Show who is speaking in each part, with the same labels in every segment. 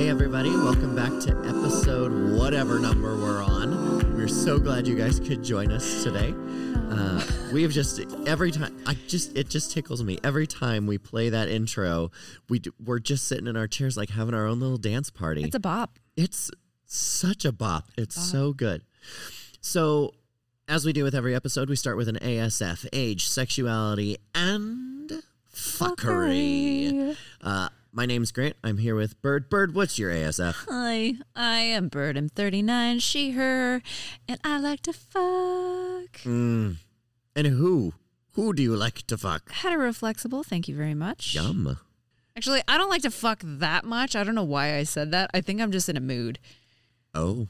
Speaker 1: everybody. Welcome back to episode whatever number we're on. We're so glad you guys could join us today. Uh, we have just every time I just it just tickles me every time we play that intro. We d- we're just sitting in our chairs like having our own little dance party.
Speaker 2: It's a bop.
Speaker 1: It's such a bop. It's so good. So, as we do with every episode, we start with an ASF age, sexuality, and fuckery. Uh, my name's Grant. I'm here with Bird. Bird, what's your ASF?
Speaker 2: Hi, I am Bird. I'm 39, she, her, and I like to fuck.
Speaker 1: Mm. And who? Who do you like to fuck?
Speaker 2: Heteroflexible, thank you very much.
Speaker 1: Yum.
Speaker 2: Actually, I don't like to fuck that much. I don't know why I said that. I think I'm just in a mood.
Speaker 1: Oh.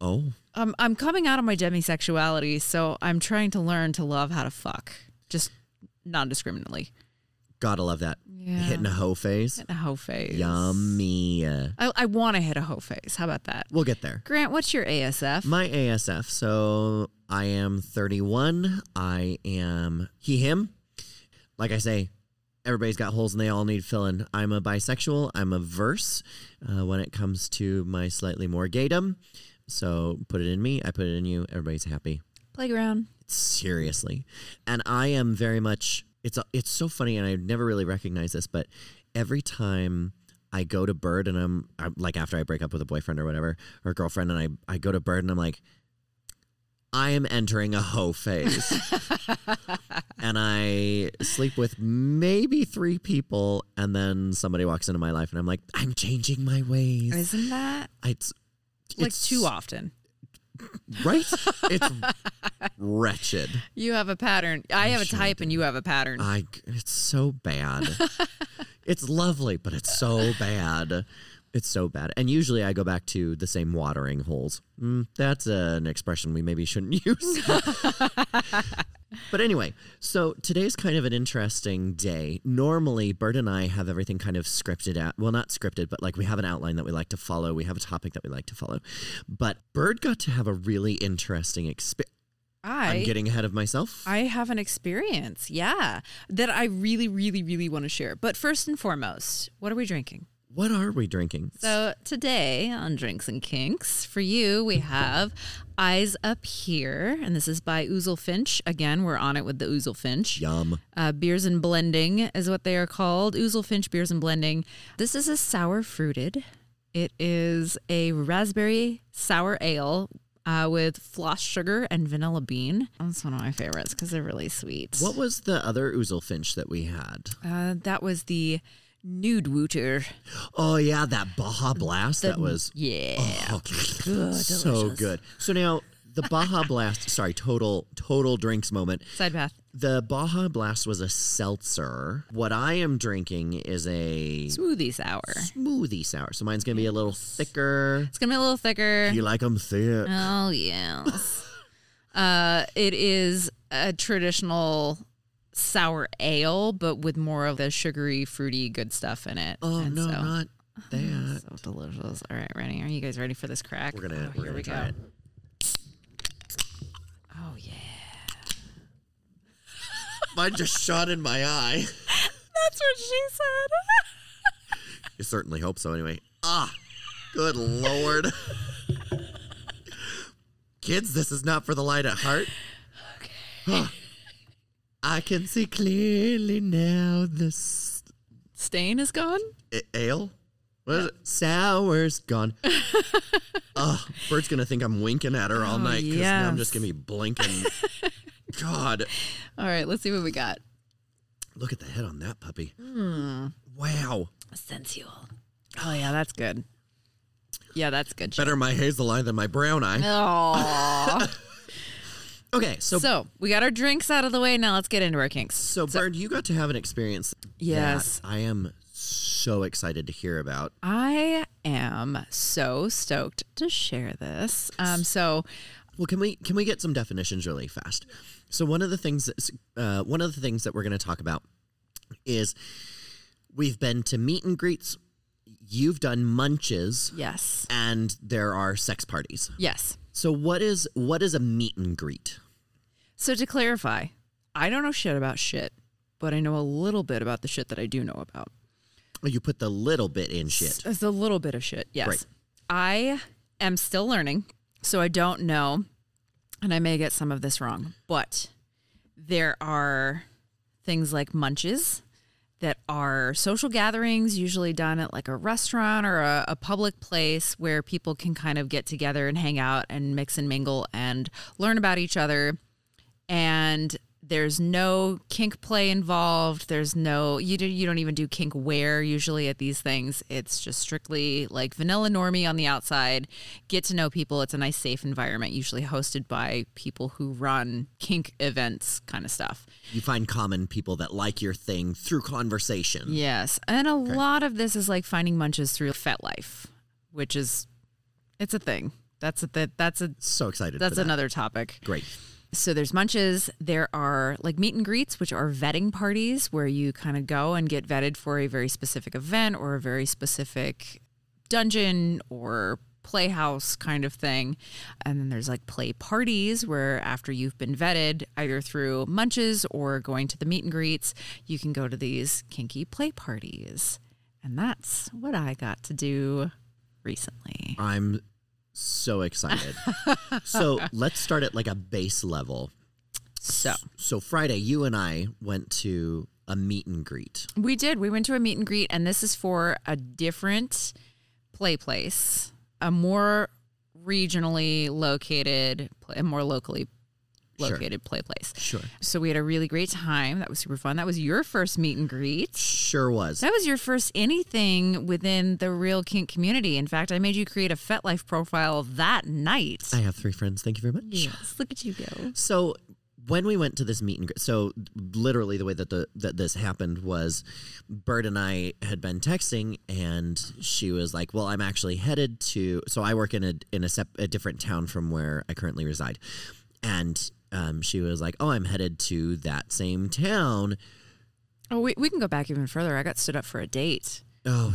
Speaker 1: Oh.
Speaker 2: Um, I'm coming out of my demisexuality, so I'm trying to learn to love how to fuck, just non discriminately.
Speaker 1: Gotta love that.
Speaker 2: Yeah.
Speaker 1: Hitting a hoe phase.
Speaker 2: A hoe phase.
Speaker 1: Yummy.
Speaker 2: I, I want to hit a hoe phase. How about that?
Speaker 1: We'll get there.
Speaker 2: Grant, what's your ASF?
Speaker 1: My ASF. So I am 31. I am he, him. Like I say, everybody's got holes and they all need filling. I'm a bisexual. I'm a verse uh, when it comes to my slightly more gaydom. So put it in me. I put it in you. Everybody's happy.
Speaker 2: Playground.
Speaker 1: Seriously. And I am very much. It's a, it's so funny, and I never really recognized this, but every time I go to Bird and I'm, I'm like after I break up with a boyfriend or whatever or girlfriend, and I I go to Bird and I'm like, I am entering a hoe phase, and I sleep with maybe three people, and then somebody walks into my life, and I'm like, I'm changing my ways.
Speaker 2: Isn't that
Speaker 1: It's
Speaker 2: like
Speaker 1: it's-
Speaker 2: too often?
Speaker 1: right? It's wretched.
Speaker 2: You have a pattern. I Uh, have a
Speaker 1: sure
Speaker 2: type, and you have a pattern.
Speaker 1: I it's so bad. it's lovely, but it's so bad. It's so bad. And usually I go back to the same watering holes. Mm, that's an expression we maybe shouldn't use. but anyway, so today's kind of an interesting day. Normally, Bert and I have everything kind of scripted out. Well, not scripted, but like we have an outline that we like to follow. We have a topic that we like to follow. But Bird got to have a really interesting experience. I'm
Speaker 2: I
Speaker 1: getting ahead of myself.
Speaker 2: I have an experience, yeah, that I really, really, really want to share. But first and foremost, what are we drinking?
Speaker 1: what are we drinking?
Speaker 2: So today on Drinks and Kinks for you, we have Eyes Up Here, and this is by Ouzel Finch. Again, we're on it with the Ouzel Finch.
Speaker 1: Yum.
Speaker 2: Uh, beers and blending is what they are called. Ouzel Finch beers and blending. This is a sour fruited. It is a raspberry sour ale uh, with floss sugar and vanilla bean. That's one of my favorites because they're really sweet.
Speaker 1: What was the other Ouzel Finch that we had?
Speaker 2: Uh, that was the nude wooter.
Speaker 1: Oh yeah, that Baja Blast that was
Speaker 2: Yeah.
Speaker 1: oh, so good. So now the Baja Blast, sorry, total total drinks moment.
Speaker 2: Side path.
Speaker 1: The Baja Blast was a seltzer. What I am drinking is a
Speaker 2: Smoothie sour.
Speaker 1: smoothie sour. So mine's gonna be a little thicker.
Speaker 2: It's gonna be a little thicker.
Speaker 1: You like them thick?
Speaker 2: Oh yes. uh, it is a traditional sour ale, but with more of the sugary, fruity, good stuff in it.
Speaker 1: Oh
Speaker 2: And
Speaker 1: no,
Speaker 2: so,
Speaker 1: not that.
Speaker 2: so delicious. All right, ready? Are you guys ready for this crack?
Speaker 1: We're gonna
Speaker 2: Oh,
Speaker 1: we're
Speaker 2: here
Speaker 1: gonna
Speaker 2: we
Speaker 1: try
Speaker 2: go.
Speaker 1: it.
Speaker 2: Oh yeah.
Speaker 1: Mine just shot in my eye.
Speaker 2: That's what she said.
Speaker 1: You certainly hope so anyway. Ah, good lord. Kids, this is not for the light at heart. Ah. I can see clearly now this
Speaker 2: Stain is gone.
Speaker 1: a- ale. What is it? Sour's gone. Ugh, Bert's gonna think I'm winking at her all night because now I'm just
Speaker 2: yes.
Speaker 1: gonna be blinking. God,
Speaker 2: All right, let's see what we got. Hmm.
Speaker 1: look at the head on that puppy. Wow,
Speaker 2: Sensual. Oh yeah, that's good. Yeah, that's good.
Speaker 1: better my hazel eye than my brown eye.
Speaker 2: Oh.
Speaker 1: Okay, Uh, so
Speaker 2: so we got our drinks out of the way. Now let's get into our kinks.
Speaker 1: So, Bird, you got to have an experience. that
Speaker 2: Yes.
Speaker 1: I am so excited to hear about.
Speaker 2: I am so stoked to share this. Um, so
Speaker 1: Well, can we can we get some definitions really fast? So, one of the things that's, uh, one of the things that we're going to talk about is we've been to meet and greets. You've done munches,
Speaker 2: yes,
Speaker 1: and there are sex parties.
Speaker 2: yes.
Speaker 1: So, what is what is a meet and greet?
Speaker 2: So to clarify, I don't know shit about shit, but I know a little bit about the shit that I do know about.
Speaker 1: Oh, You put the little bit in shit.
Speaker 2: It's a little bit of shit. Yes.
Speaker 1: Right.
Speaker 2: I am still learning, so I don't know, and I may get some of this wrong, but there are things like munches that are social gatherings, usually done at like a restaurant or a, a public place where people can kind of get together and hang out and mix and mingle and learn about each other. And there's no kink play involved. There's no you do you don't even do kink wear usually at these things. It's just strictly like vanilla normie on the outside. Get to know people. It's a nice safe environment, usually hosted by people who run kink events kind of stuff.
Speaker 1: You find common people that like your thing through conversation.
Speaker 2: Yes. And a lot of this is like finding munches through FetLife, which is it's a thing. That's a th- that's a
Speaker 1: So excited.
Speaker 2: that's
Speaker 1: for that.
Speaker 2: another topic.
Speaker 1: Great.
Speaker 2: So there's munches. There are like meet and greets, which are vetting parties where you kind of go and get vetted for a very specific event or a very specific dungeon or playhouse kind of thing. And then there's like play parties where after you've been vetted, either through munches or going to the meet and greets, you can go to these kinky play parties. And that's what I got to do recently.
Speaker 1: I'm so excited. so let's start at like a base level.
Speaker 2: So
Speaker 1: So Friday, you and I went to a meet and greet.
Speaker 2: We did. We went to a meet and greet, and this is for a different play place, a more regionally located, pl- a more locally
Speaker 1: Sure.
Speaker 2: located play place.
Speaker 1: Sure.
Speaker 2: So we had a really great time. That was super fun. That was your first meet and greet.
Speaker 1: Sure was.
Speaker 2: That was your first anything within the real kink community. In fact, I made you create a FetLife profile that night.
Speaker 1: I have three friends. Thank you very much.
Speaker 2: Yes, look at you go.
Speaker 1: So when we went to this meet and greet, so literally the way that the that this happened was, Bert and I had been texting, and she was like, "Well, I'm actually headed to." So I work in a in a, sep- a different town from where I currently reside, and um, she was like, "Oh, I'm headed to that same town."
Speaker 2: Oh, we, we can go back even further. I got stood up for a date.
Speaker 1: Oh,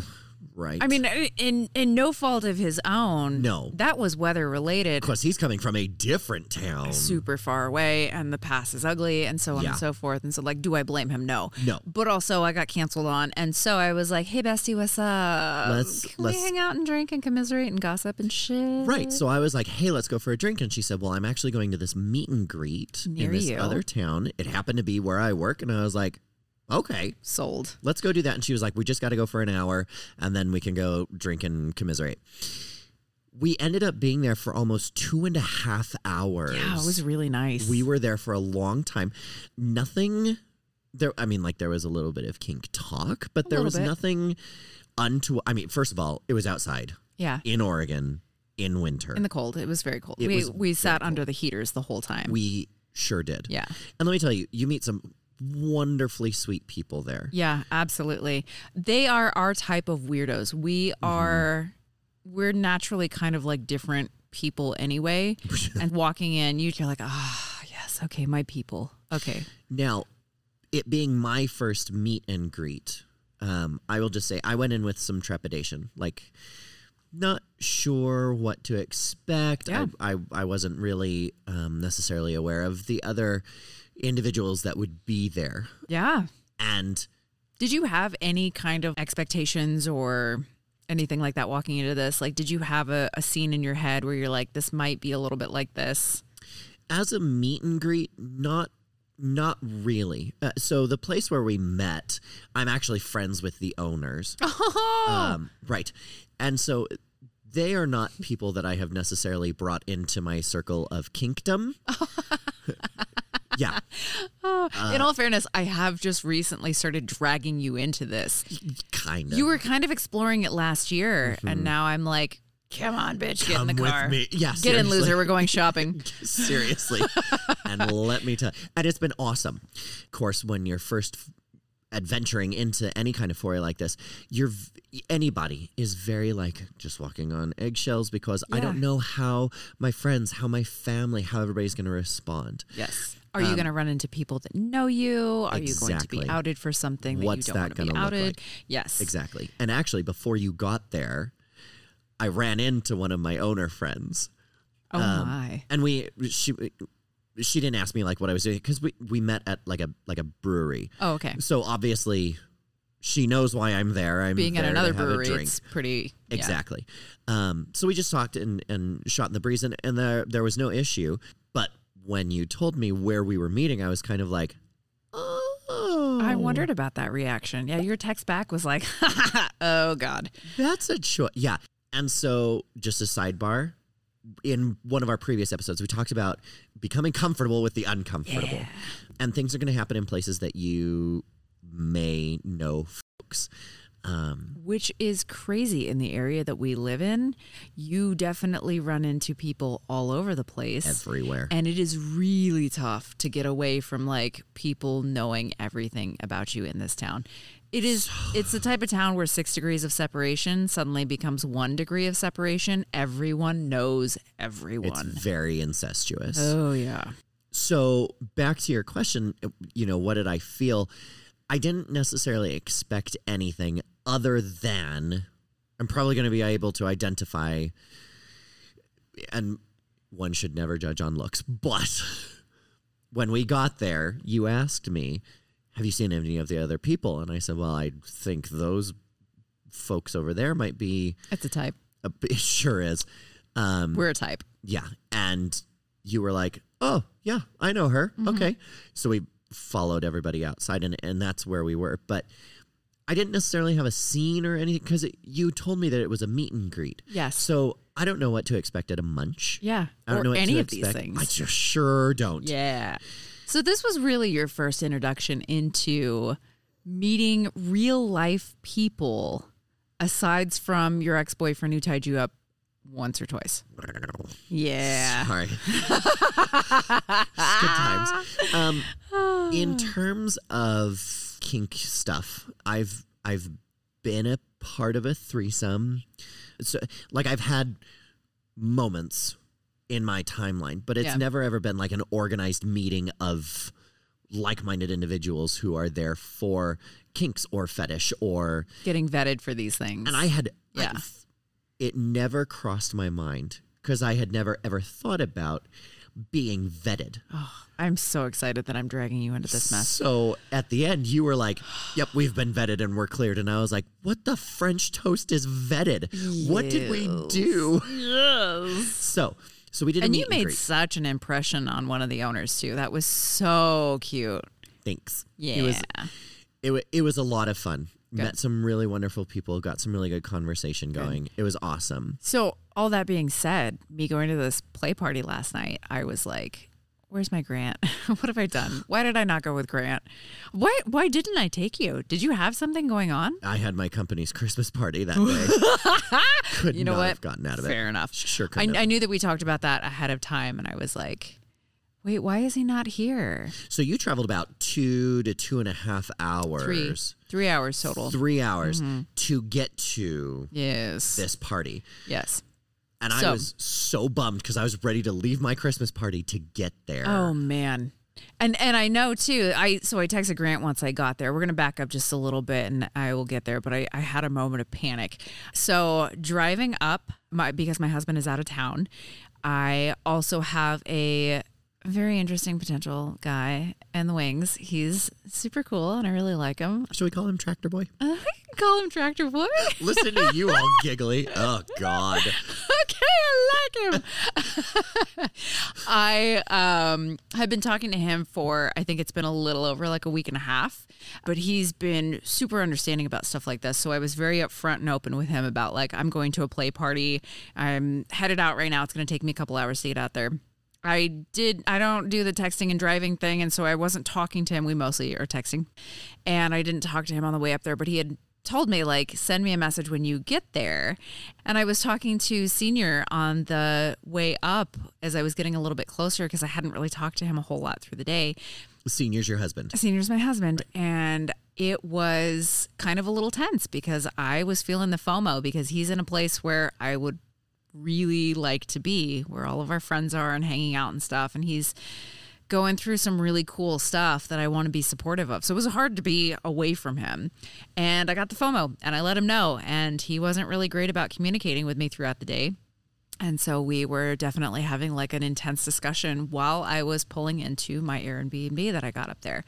Speaker 1: right.
Speaker 2: I mean, uh, in in no fault of his own.
Speaker 1: No.
Speaker 2: that was weather related.
Speaker 1: because he's coming from a different town.
Speaker 2: Super far away, and the pass is ugly, and so on
Speaker 1: Yeah.
Speaker 2: and so forth. And so, like, do I blame him? No.
Speaker 1: No.
Speaker 2: But also, I got canceled on, and so I was like, "Hey, bestie, what's up?
Speaker 1: Let's-
Speaker 2: Can
Speaker 1: let's-
Speaker 2: we hang out and drink and commiserate and gossip and shit?"
Speaker 1: Right. So I was like, hey, let's go for a drink. And she said, well, I'm actually going to this meet and greet
Speaker 2: Near
Speaker 1: in this
Speaker 2: you.
Speaker 1: other town. It happened to be where I work. And I was like, okay,
Speaker 2: Sold.
Speaker 1: let's go do that. And she was like, we just got to go for an hour and then we can go drink and commiserate. We ended up being there for almost two and a half hours.
Speaker 2: Yeah, it was really nice.
Speaker 1: we were there for a long time. Nothing there I mean like there was a little bit of kink talk, but
Speaker 2: A
Speaker 1: there
Speaker 2: little
Speaker 1: was
Speaker 2: bit.
Speaker 1: nothing unto I mean, first of all, it was outside
Speaker 2: yeah
Speaker 1: in Oregon in winter.
Speaker 2: in the cold. It was very cold.
Speaker 1: It
Speaker 2: we
Speaker 1: was
Speaker 2: we sat under the heaters the whole time.
Speaker 1: We sure did.
Speaker 2: yeah.
Speaker 1: And let me tell you, you meet some wonderfully sweet people there.
Speaker 2: Yeah, absolutely. They are our type of weirdos. We are we're naturally kind of like different people anyway. and walking in, you- you're like, ah, yes, okay, my people. Okay.
Speaker 1: Now, it being my first meet and greet, um, I will just say I went in with some trepidation, like not sure what to expect.
Speaker 2: Yeah.
Speaker 1: I, I, I wasn't really um, necessarily aware of the other individuals that would be there.
Speaker 2: Yeah.
Speaker 1: And
Speaker 2: Did you have any kind of expectations or anything like that walking into this? Like, did you have a, a scene in your head where you're like, this might be a little bit like this?
Speaker 1: as a meet and greet not not really uh, so the place where we met i'm actually friends with the owners um, right and so they are not people that i have necessarily brought into my circle of kinkdom yeah
Speaker 2: Oh, in all fairness, I have just recently started dragging you into this.
Speaker 1: kind of
Speaker 2: You were kind of exploring it last year, and now I'm like, Mm-hmm. come on, bitch, get
Speaker 1: Come
Speaker 2: in the
Speaker 1: with
Speaker 2: car.
Speaker 1: me. Yeah,
Speaker 2: get in,
Speaker 1: seriously.
Speaker 2: loser. We're going shopping.
Speaker 1: seriously and let me tell and it's been awesome of course when you're first f- adventuring into any kind of foray like this you're v- anybody is very like just walking on eggshells because i don't
Speaker 2: Yeah.
Speaker 1: know how my friends how my family how everybody's going to respond
Speaker 2: yes. Um, Are you going to run into people that know you? Are you going to
Speaker 1: Exactly.
Speaker 2: be outed for something that
Speaker 1: What's
Speaker 2: you
Speaker 1: that
Speaker 2: don't want to be
Speaker 1: gonna look
Speaker 2: outed?
Speaker 1: like?
Speaker 2: Yes.
Speaker 1: exactly and actually before you got there i ran into one of my owner friends
Speaker 2: Oh my.
Speaker 1: and we she she didn't ask me like what i was doing because we we met at like a like a brewery
Speaker 2: Oh okay.
Speaker 1: So obviously, she knows why I'm there. I'm
Speaker 2: Being at
Speaker 1: there to
Speaker 2: another
Speaker 1: have a
Speaker 2: brewery,
Speaker 1: drink.
Speaker 2: it's pretty yeah.
Speaker 1: Exactly. Um, so we just talked and, and shot in the breeze, and, and there there was no issue. But when you told me where we were meeting, I was kind of like, oh,
Speaker 2: I wondered about that reaction. Yeah, your text back was like, "Oh God."
Speaker 1: That's a choice. Yeah. And so, just a sidebar. In one of our previous episodes, we talked about becoming comfortable with the uncomfortable, and things are going to happen in places that you may know, folks. Um,
Speaker 2: Which is crazy in the area that we live in. You definitely run into people all over the place.
Speaker 1: everywhere.
Speaker 2: And it is really tough to get away from like people knowing everything about you in this town. It is it's the type of town where 6 degrees of separation suddenly becomes 1 degree of separation. Everyone knows
Speaker 1: It's
Speaker 2: everyone.
Speaker 1: very incestuous.
Speaker 2: Oh yeah.
Speaker 1: So back to your question, you know, what did I feel? I didn't necessarily expect anything other than I'm probably going to be able to identify, and one should never judge on looks. But when we got there, you asked me, Have you seen any of the other people? And I said, Well, I think those folks over there might be,
Speaker 2: It's a type.
Speaker 1: a, it sure is. Um,
Speaker 2: We're a type.
Speaker 1: yeah. And you were like, oh, yeah, I know her.
Speaker 2: Mm-hmm.
Speaker 1: Okay. So we followed everybody outside, and, and that's where we were. But I didn't necessarily have a scene or anything because you told me that it was a meet and greet.
Speaker 2: Yes.
Speaker 1: So I don't know what to expect at a munch.
Speaker 2: yeah.
Speaker 1: I don't
Speaker 2: or
Speaker 1: know what
Speaker 2: any
Speaker 1: to
Speaker 2: of these
Speaker 1: expect.
Speaker 2: things.
Speaker 1: I just sure don't.
Speaker 2: Yeah. So this was really your first introduction into meeting real life people aside from your ex-boyfriend who tied you up once or twice. Yeah.
Speaker 1: Sorry. It's good times. Um, in terms of kink stuff, I've I've been a part of a threesome. So, like I've had moments in my timeline, but it's
Speaker 2: Yeah.
Speaker 1: never ever been like an organized meeting of like-minded individuals who are there for kinks or fetish or
Speaker 2: Getting vetted for these things.
Speaker 1: and I had I-
Speaker 2: Yeah.
Speaker 1: it never crossed my mind because I had never ever thought about being vetted.
Speaker 2: I'm so excited that I'm dragging you into this mess.
Speaker 1: So at the end, you were like, "Yep, we've been vetted and we're cleared." And I was like, "What the French toast is vetted? What did we do?"
Speaker 2: Yes.
Speaker 1: So, so we did. a
Speaker 2: And
Speaker 1: meet
Speaker 2: you made
Speaker 1: greet.
Speaker 2: such an impression on one of the owners too. That was so cute.
Speaker 1: thanks.
Speaker 2: Yeah.
Speaker 1: It was it, wa- it was a lot of fun.
Speaker 2: Good.
Speaker 1: Met some really wonderful people. Got some really good conversation going. It was awesome.
Speaker 2: So, all that being said, me going to this play party last night, I was like, "Where's my Grant? what have I done? Why did I not go with Grant? Why why didn't I take you? Did you have something going on?"
Speaker 1: I had my company's Christmas party that day. Could
Speaker 2: You know
Speaker 1: not
Speaker 2: what?
Speaker 1: have gotten out of it.
Speaker 2: Fair enough.
Speaker 1: Sure could.
Speaker 2: I,
Speaker 1: not
Speaker 2: I knew that we talked about that ahead of time, and I was like, "Wait, why is he not here?"
Speaker 1: So you traveled about two to two and a half
Speaker 2: Three
Speaker 1: hours,
Speaker 2: three hours total.
Speaker 1: three hours to get to
Speaker 2: Yes.
Speaker 1: this party.
Speaker 2: Yes.
Speaker 1: And I
Speaker 2: So-
Speaker 1: was so bummed because I was ready to leave my Christmas party to get there.
Speaker 2: Oh man. And and I know too, I so I texted Grant once I got there. We're gonna back up just a little bit and I will get there, but I, I had a moment of panic. So driving up my because my husband is out of town, I also have a very interesting potential guy in the wings. He's super cool and I really like him.
Speaker 1: Should we call him Tractor Boy?
Speaker 2: Uh, call him Tractor Boy.
Speaker 1: Listen to you all giggly. Oh, God.
Speaker 2: okay, I like him. I um have been talking to him for I think it's been a little over like a week and a half, but he's been super understanding about stuff like this. So I was very upfront and open with him about like I'm going to a play party. I'm headed out right now. It's going to take me a couple hours to get out there. I did I don't do the texting and driving thing and so I wasn't talking to him. We mostly are texting. And I didn't talk to him on the way up there, but he had told me like send me a message when you get there and i was talking to senior on the way up as i was getting a little bit closer because i hadn't really talked to him a whole lot through the day
Speaker 1: Senior's your husband.
Speaker 2: senior's my husband and it was kind of a little tense because i was feeling the fomo because he's in a place where i would really like to be where all of our friends are and hanging out and stuff and he's going through some really cool stuff that i want to be supportive of so it was hard to be away from him and i got the fomo and i let him know and he wasn't really great about communicating with me throughout the day And so we were definitely having like an intense discussion while I was pulling into my Airbnb that I got up there.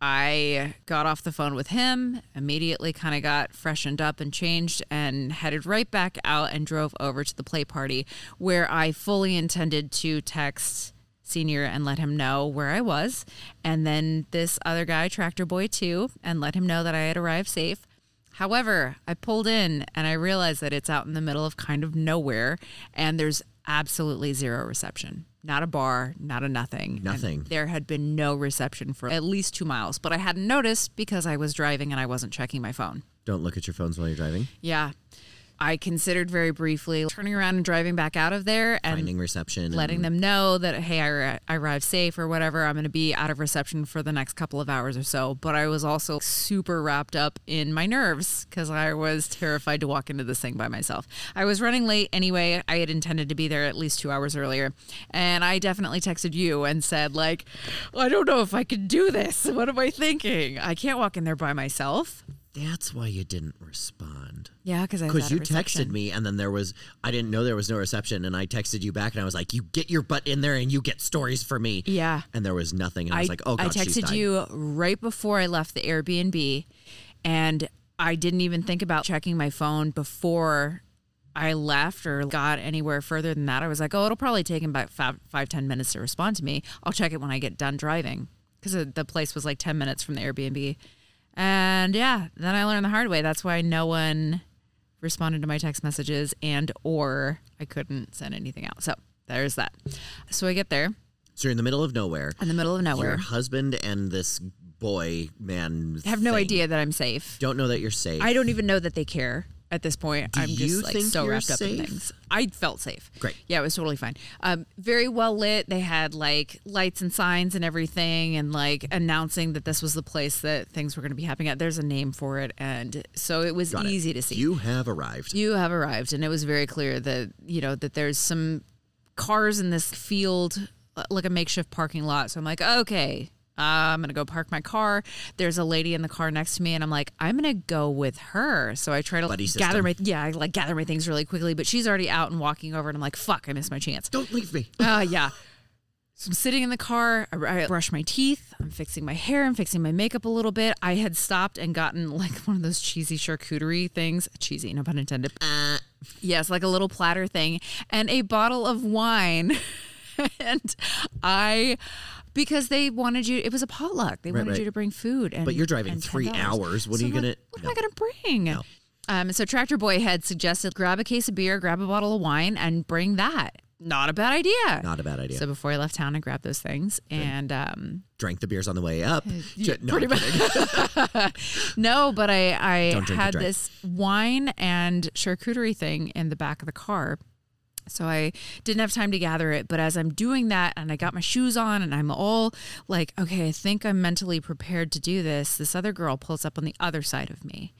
Speaker 2: I got off the phone with him, immediately kind of got freshened up and changed, and headed right back out and drove over to the play party where I fully intended to text senior and let him know where I was. And then this other guy, Tractor Boy 2, and let him know that I had arrived safe. However, I pulled in and I realized that it's out in the middle of kind of nowhere and there's absolutely zero reception. Not a bar, not a nothing. And
Speaker 1: Nothing.
Speaker 2: there had been no reception for at least two miles, but I hadn't noticed because I was driving and I wasn't checking my phone.
Speaker 1: Don't look at your phones while you're driving.
Speaker 2: Yeah. I considered very briefly turning around and driving back out of there and
Speaker 1: Finding reception. and-
Speaker 2: letting them know that hey I, arri- I arrived safe or whatever i'm going to be out of reception for the next couple of hours or so but i was also super wrapped up in my nerves because i was terrified to walk into this thing by myself i was running late anyway i had intended to be there at least two hours earlier and i definitely texted you and said like i don't know if i could do this what am i thinking i can't walk in there by myself
Speaker 1: That's why you didn't respond.
Speaker 2: yeah because i was
Speaker 1: Because
Speaker 2: out
Speaker 1: you
Speaker 2: of reception.
Speaker 1: texted me, and then there was, I didn't know there was no reception, and I texted you back, and I was like, You get your butt in there and you get stories for me.
Speaker 2: yeah
Speaker 1: And there was nothing. And I, was like, Oh, God,
Speaker 2: I
Speaker 1: she's
Speaker 2: texted
Speaker 1: dying."
Speaker 2: you right before I left the Airbnb, and I didn't even think about checking my phone before I left or got anywhere further than that. I was like, oh, it'll probably take him about five, five ten minutes to respond to me. I'll check it when I get done driving because the place was like 10 minutes from the Airbnb. And yeah, then I learned the hard way. That's why no one responded to my text messages and or I couldn't send anything out. So there's that. So I get there
Speaker 1: So you're in the middle of nowhere.
Speaker 2: in the middle of nowhere.
Speaker 1: Your husband and this boy, man.
Speaker 2: have no
Speaker 1: thing
Speaker 2: idea that I'm safe.
Speaker 1: Don't know that you're safe.
Speaker 2: I don't even know that they care at this point. I'm
Speaker 1: you
Speaker 2: just like
Speaker 1: think
Speaker 2: so
Speaker 1: you're
Speaker 2: wrapped up
Speaker 1: safe?
Speaker 2: in things. I felt safe.
Speaker 1: Great.
Speaker 2: Yeah, it was totally fine. Um, very well lit. They had like lights and signs and everything, and like announcing that this was the place that things were going to be happening at. There's a name for it, and so it was
Speaker 1: Got it.
Speaker 2: easy to see.
Speaker 1: You have arrived.
Speaker 2: You have arrived, and it was very clear that you know that there's some cars in this field, uh, like a makeshift parking lot. So I'm like, okay, uh, I'm gonna go park my car. There's a lady in the car next to me, and I'm like, I'm gonna go with her. So I try to
Speaker 1: Buddy
Speaker 2: gather
Speaker 1: system.
Speaker 2: my yeah, I like gather my things really quickly, but she's already out and walking over, and I'm like, fuck, I missed my chance.
Speaker 1: Don't leave me.
Speaker 2: Ah, yeah. So I'm sitting in the car. I, I brush my teeth. I'm fixing my hair. I'm fixing my makeup a little bit. I had stopped and gotten like one of those cheesy charcuterie things. Cheesy, no pun intended.
Speaker 1: Uh,
Speaker 2: Yes, like a little platter thing and a bottle of wine. and I, because they wanted you, it was a potluck. They wanted
Speaker 1: right.
Speaker 2: you to bring food. And,
Speaker 1: But you're driving
Speaker 2: and
Speaker 1: three
Speaker 2: $10.
Speaker 1: hours. What are
Speaker 2: So
Speaker 1: you
Speaker 2: I'm like,
Speaker 1: gonna-
Speaker 2: What am I going to bring? Um, so Tractor Boy had suggested grab a case of beer, grab a bottle of wine, and bring that. Not a bad idea.
Speaker 1: not a bad idea.
Speaker 2: So before I left town, I grabbed those things and um,
Speaker 1: Drank the beers on the way up. Ju- no,
Speaker 2: pretty
Speaker 1: I'm kidding.
Speaker 2: no, but I I
Speaker 1: Don't drink and
Speaker 2: had
Speaker 1: drive.
Speaker 2: this wine and charcuterie thing in the back of the car. So I didn't have time to gather it, but as I'm doing that and I got my shoes on and I'm all like, okay, I think I'm mentally prepared to do this. This other girl pulls up on the other side of me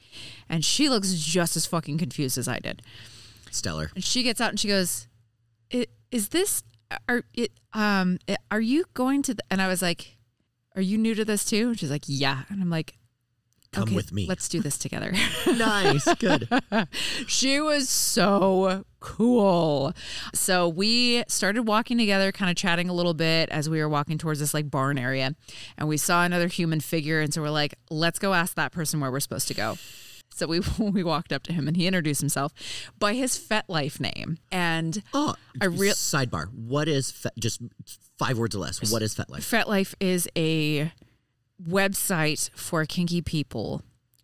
Speaker 2: and she looks just as fucking confused as I did.
Speaker 1: Stellar.
Speaker 2: And she gets out and she goes, "I- "Is this are it um i- are you going to?" The, and I was like, "Are you new to this too?" And she's like, "Yeah." And I'm like,
Speaker 1: Come
Speaker 2: "Okay,
Speaker 1: with me.
Speaker 2: Let's do this together."
Speaker 1: nice. Good.
Speaker 2: she was so cool. So we started walking together, kind of chatting a little bit as we were walking towards this like barn area, and we saw another human figure, and so we're like, "Let's go ask that person where we're supposed to go." So we we walked up to him and he introduced himself by his FetLife name. And
Speaker 1: Oh,
Speaker 2: I real-
Speaker 1: sidebar. What is fe- just five words or less? What is FetLife?
Speaker 2: FetLife is a website for kinky people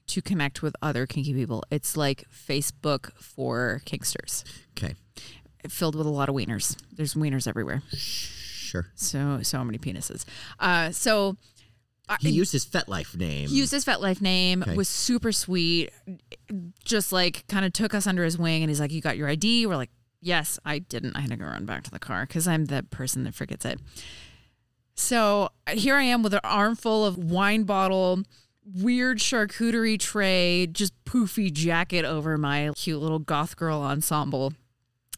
Speaker 2: to connect with other kinky people. It's like Facebook for kinksters,
Speaker 1: Okay,
Speaker 2: filled with a lot of wieners. There's wieners everywhere.
Speaker 1: sure.
Speaker 2: So so many penises. Uh, so
Speaker 1: He used his FetLife name.
Speaker 2: he used his FetLife name. Was super sweet. Just like kind of took us under his wing, and he's like, "You got your ID?" We're like, "Yes, I didn't. I had to go run back to the car because I'm the person that forgets it." So here I am with an armful of wine bottle, weird charcuterie tray, just poofy jacket over my cute little goth girl ensemble.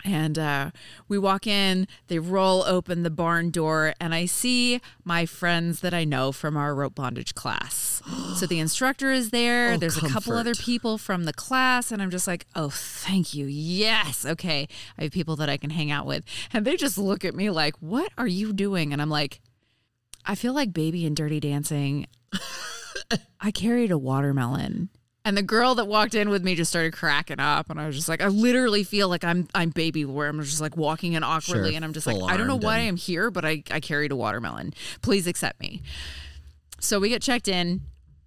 Speaker 2: And uh, we walk in, they roll open the barn door, and I see my friends that I know from our rope bondage class. so the instructor is there.
Speaker 1: Oh,
Speaker 2: There's a couple
Speaker 1: comfort.
Speaker 2: other people from the class, and I'm just like, oh, thank you. Yes. Okay. I have people that I can hang out with. And they just look at me like, what are you doing? And I'm like, I feel like Baby and Dirty Dancing. I carried a watermelon. And the girl that walked in with me just started cracking up, and I was just like, I literally feel like I'm I'm baby where I'm just like walking in awkwardly,
Speaker 1: Sure,
Speaker 2: and I'm just like, I don't know
Speaker 1: full-armed
Speaker 2: why
Speaker 1: and-
Speaker 2: I'm here, but I I carried a watermelon. Please accept me. So we get checked in.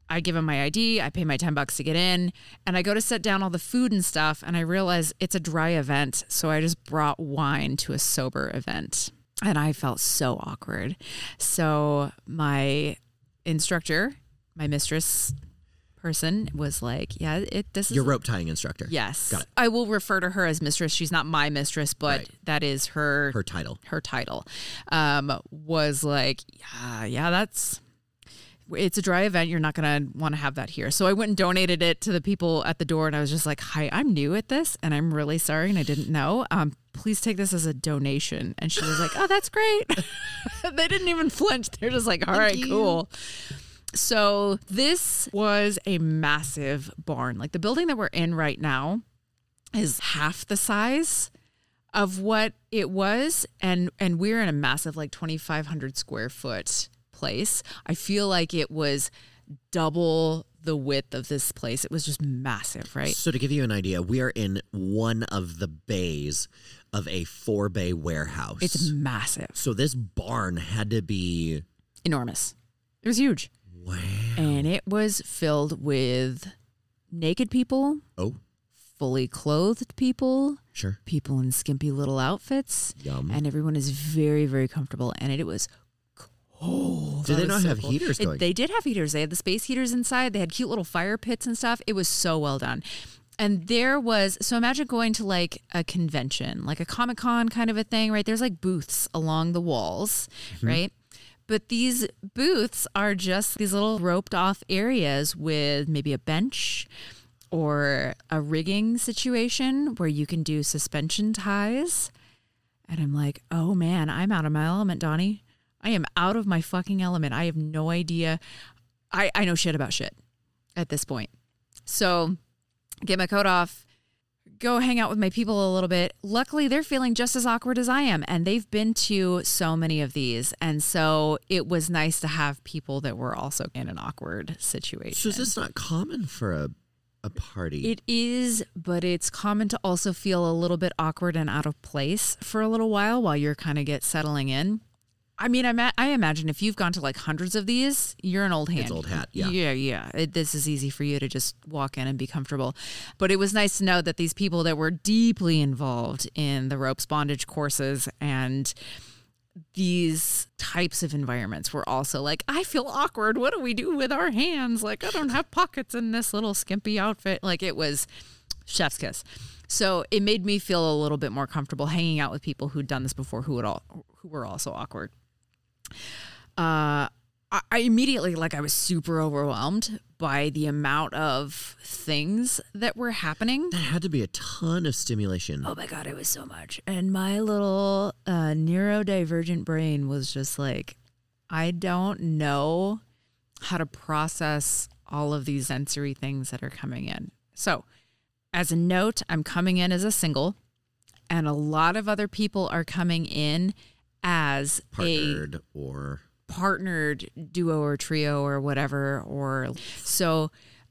Speaker 2: I give him my ID. I pay my ten bucks to get in, and I go to set down all the food and stuff, and I realize it's a dry event, so I just brought wine to a sober event, and I felt so awkward. So my instructor, my mistress person was like, "Yeah, it this is
Speaker 1: Your rope tying instructor.
Speaker 2: yes.
Speaker 1: Got it.
Speaker 2: I will refer to her as mistress. She's not my mistress, but
Speaker 1: Right.
Speaker 2: that is her
Speaker 1: Her title.
Speaker 2: her title um, was like, yeah, yeah, that's it's a dry event. You're not going to want to have that here. So I went and donated it to the people at the door. And I was just like, hi, I'm new at this and I'm really sorry. And I didn't know. Um, please take this as a donation. And she was like, oh, that's great. they didn't even flinch. They're just like, all right, cool. So this was a massive barn. Like the building that we're in right now is half the size of what it was and and we're in a massive like 2500 square foot place i feel like it was double the width of this place it was just massive right
Speaker 1: So to give you an idea, we are in one of the bays of a four bay warehouse.
Speaker 2: it's massive
Speaker 1: so this barn had to be
Speaker 2: enormous it was huge
Speaker 1: wow.
Speaker 2: and it was filled with naked people
Speaker 1: Oh,
Speaker 2: fully clothed people
Speaker 1: sure.
Speaker 2: people in skimpy little outfits
Speaker 1: Yum.
Speaker 2: and everyone is very very comfortable and it, it was cold
Speaker 1: Do
Speaker 2: That
Speaker 1: they
Speaker 2: was
Speaker 1: not
Speaker 2: so
Speaker 1: have
Speaker 2: cold.
Speaker 1: heaters
Speaker 2: It-
Speaker 1: going?
Speaker 2: they did have heaters they had the space heaters inside they had cute little fire pits and stuff it was so well done and there was so imagine going to like a convention like a comic-con kind of a thing right there's like booths along the walls
Speaker 1: Mm-hmm.
Speaker 2: right but these booths are just these little roped off areas with maybe a bench or a rigging situation where you can do suspension ties. And I'm like, oh man, I'm out of my element, Donnie. I am out of my fucking element. I have no idea. I, I know shit about shit at this point. So get my coat off, go hang out with my people a little bit. Luckily, they're feeling just as awkward as I am, and they've been to so many of these. And so it was nice to have people that were also in an awkward situation.
Speaker 1: So is this not common for a a party?
Speaker 2: It is, but it's common to also feel a little bit awkward and out of place for a little while while you're kind of get settling in. I mean, I, ma- I imagine if you've gone to like hundreds of these, you're an old hand.
Speaker 1: old hat, yeah.
Speaker 2: yeah, yeah. It, this is easy for you to just walk in and be comfortable. But it was nice to know that these people that were deeply involved in the ropes bondage courses and these types of environments were also like, I feel awkward. What do we do with our hands? Like, I don't have pockets in this little skimpy outfit. Like, it was chef's kiss. So it made me feel a little bit more comfortable hanging out with people who'd done this before, who would all who were also awkward. Uh, I, I immediately like I was super overwhelmed by the amount of things that were happening.
Speaker 1: that had to be a ton of stimulation.
Speaker 2: Oh my god, it was so much. And my little uh, neurodivergent brain was just like, I don't know how to process all of these sensory things that are coming in. So, as a note, I'm coming in as a single, and a lot of other people are coming in as a
Speaker 1: Partnered or
Speaker 2: partnered duo or trio or whatever or so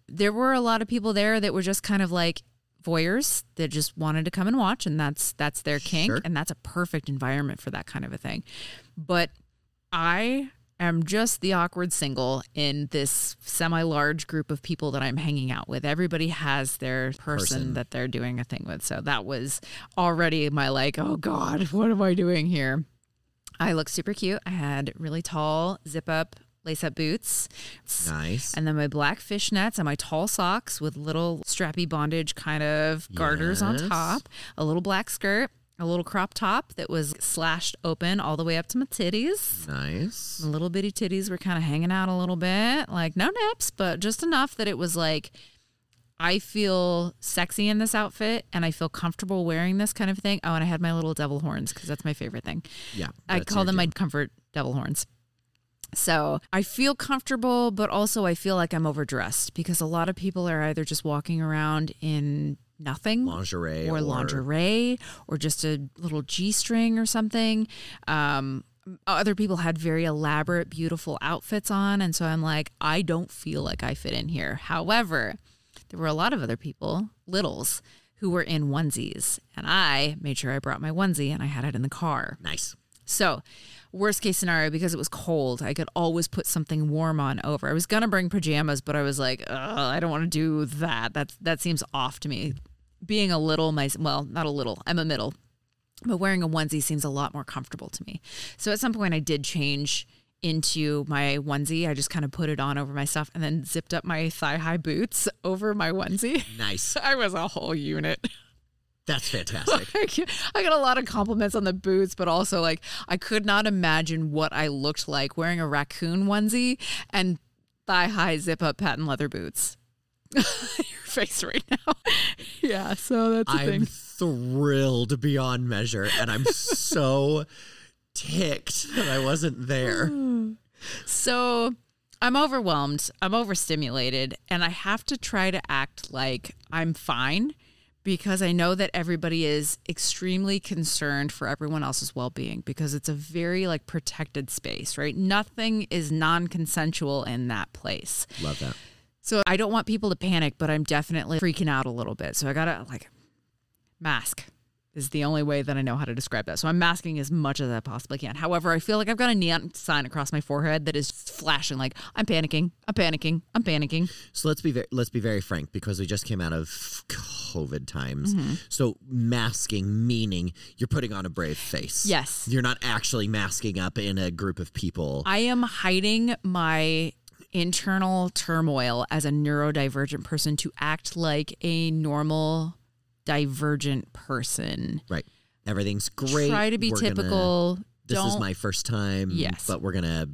Speaker 2: there were a lot of people there that were just kind of like voyeurs that just wanted to come and watch and that's that's their kink
Speaker 1: Sure.
Speaker 2: and that's a perfect environment for that kind of a thing but i am just the awkward single in this semi-large group of people that i'm hanging out with everybody has their person
Speaker 1: Person.
Speaker 2: that they're doing a thing with so that was already my like oh god what am i doing here I looked super cute. I had really tall zip up lace up boots
Speaker 1: nice.
Speaker 2: and then my black fishnets and my tall socks with little strappy bondage kind of garters on
Speaker 1: Yes.
Speaker 2: top, a little black skirt, a little crop top that was slashed open all the way up to my titties.
Speaker 1: nice.
Speaker 2: The little bitty titties were kind of hanging out a little bit, like no nips, but just enough that it was like I feel sexy in this outfit and I feel comfortable wearing this kind of thing. Oh, and I had my little devil horns because that's my favorite thing.
Speaker 1: Yeah.
Speaker 2: I
Speaker 1: that's
Speaker 2: call
Speaker 1: your
Speaker 2: them my
Speaker 1: jam.
Speaker 2: comfort devil horns. So I feel comfortable, but also I feel like I'm overdressed because a lot of people are either just walking around in nothing
Speaker 1: lingerie
Speaker 2: or lingerie or just a little G string or something. Um, other people had very elaborate, beautiful outfits on. And so I'm like, I don't feel like I fit in here. However, there were a lot of other people, littles, who were in onesies. And I made sure I brought my onesie and I had it in the car.
Speaker 1: Nice.
Speaker 2: So, worst case scenario, because it was cold, I could always put something warm on over. I was gonna bring pajamas, but I was like, Ugh, I don't want to do that. That's that seems off to me. Being a little, my well, not a little. I'm a middle, but wearing a onesie seems a lot more comfortable to me. So at some point, I did change into my onesie. I just kind of put it on over my stuff, and then zipped up my thigh high boots over my onesie.
Speaker 1: Nice.
Speaker 2: I was a whole unit.
Speaker 1: That's fantastic.
Speaker 2: I got a lot of compliments on the boots, but also like I could not imagine what I looked like wearing a raccoon onesie and thigh high zip up patent leather boots. Your face right now. yeah, so that's the
Speaker 1: I'm
Speaker 2: thing.
Speaker 1: thrilled beyond measure, and I'm so ticked that I wasn't there.
Speaker 2: Oh. So I'm overwhelmed, I'm overstimulated, and I have to try to act like I'm fine because I know that everybody is extremely concerned for everyone else's well-being because it's a very like protected space, right? Nothing is non-consensual in that place.
Speaker 1: Love that.
Speaker 2: So I don't want people to panic, but I'm definitely freaking out a little bit. So I gotta like mask is the only way that I know how to describe that. So I'm masking as much as I possibly can. However, I feel like I've got a neon sign across my forehead that is flashing like I'm panicking, I'm panicking, I'm panicking.
Speaker 1: So let's be very, let's be very frank because we just came out of COVID times.
Speaker 2: Mm-hmm.
Speaker 1: So masking meaning you're putting on a brave face.
Speaker 2: Yes.
Speaker 1: You're not actually masking up in a group of people.
Speaker 2: I am hiding my internal turmoil as a neurodivergent person to act like a normal divergent person.
Speaker 1: right. Everything's great.
Speaker 2: Try to be
Speaker 1: We're gonna-
Speaker 2: typical.
Speaker 1: this
Speaker 2: don't
Speaker 1: is my first time.
Speaker 2: Yes.
Speaker 1: But we're gonna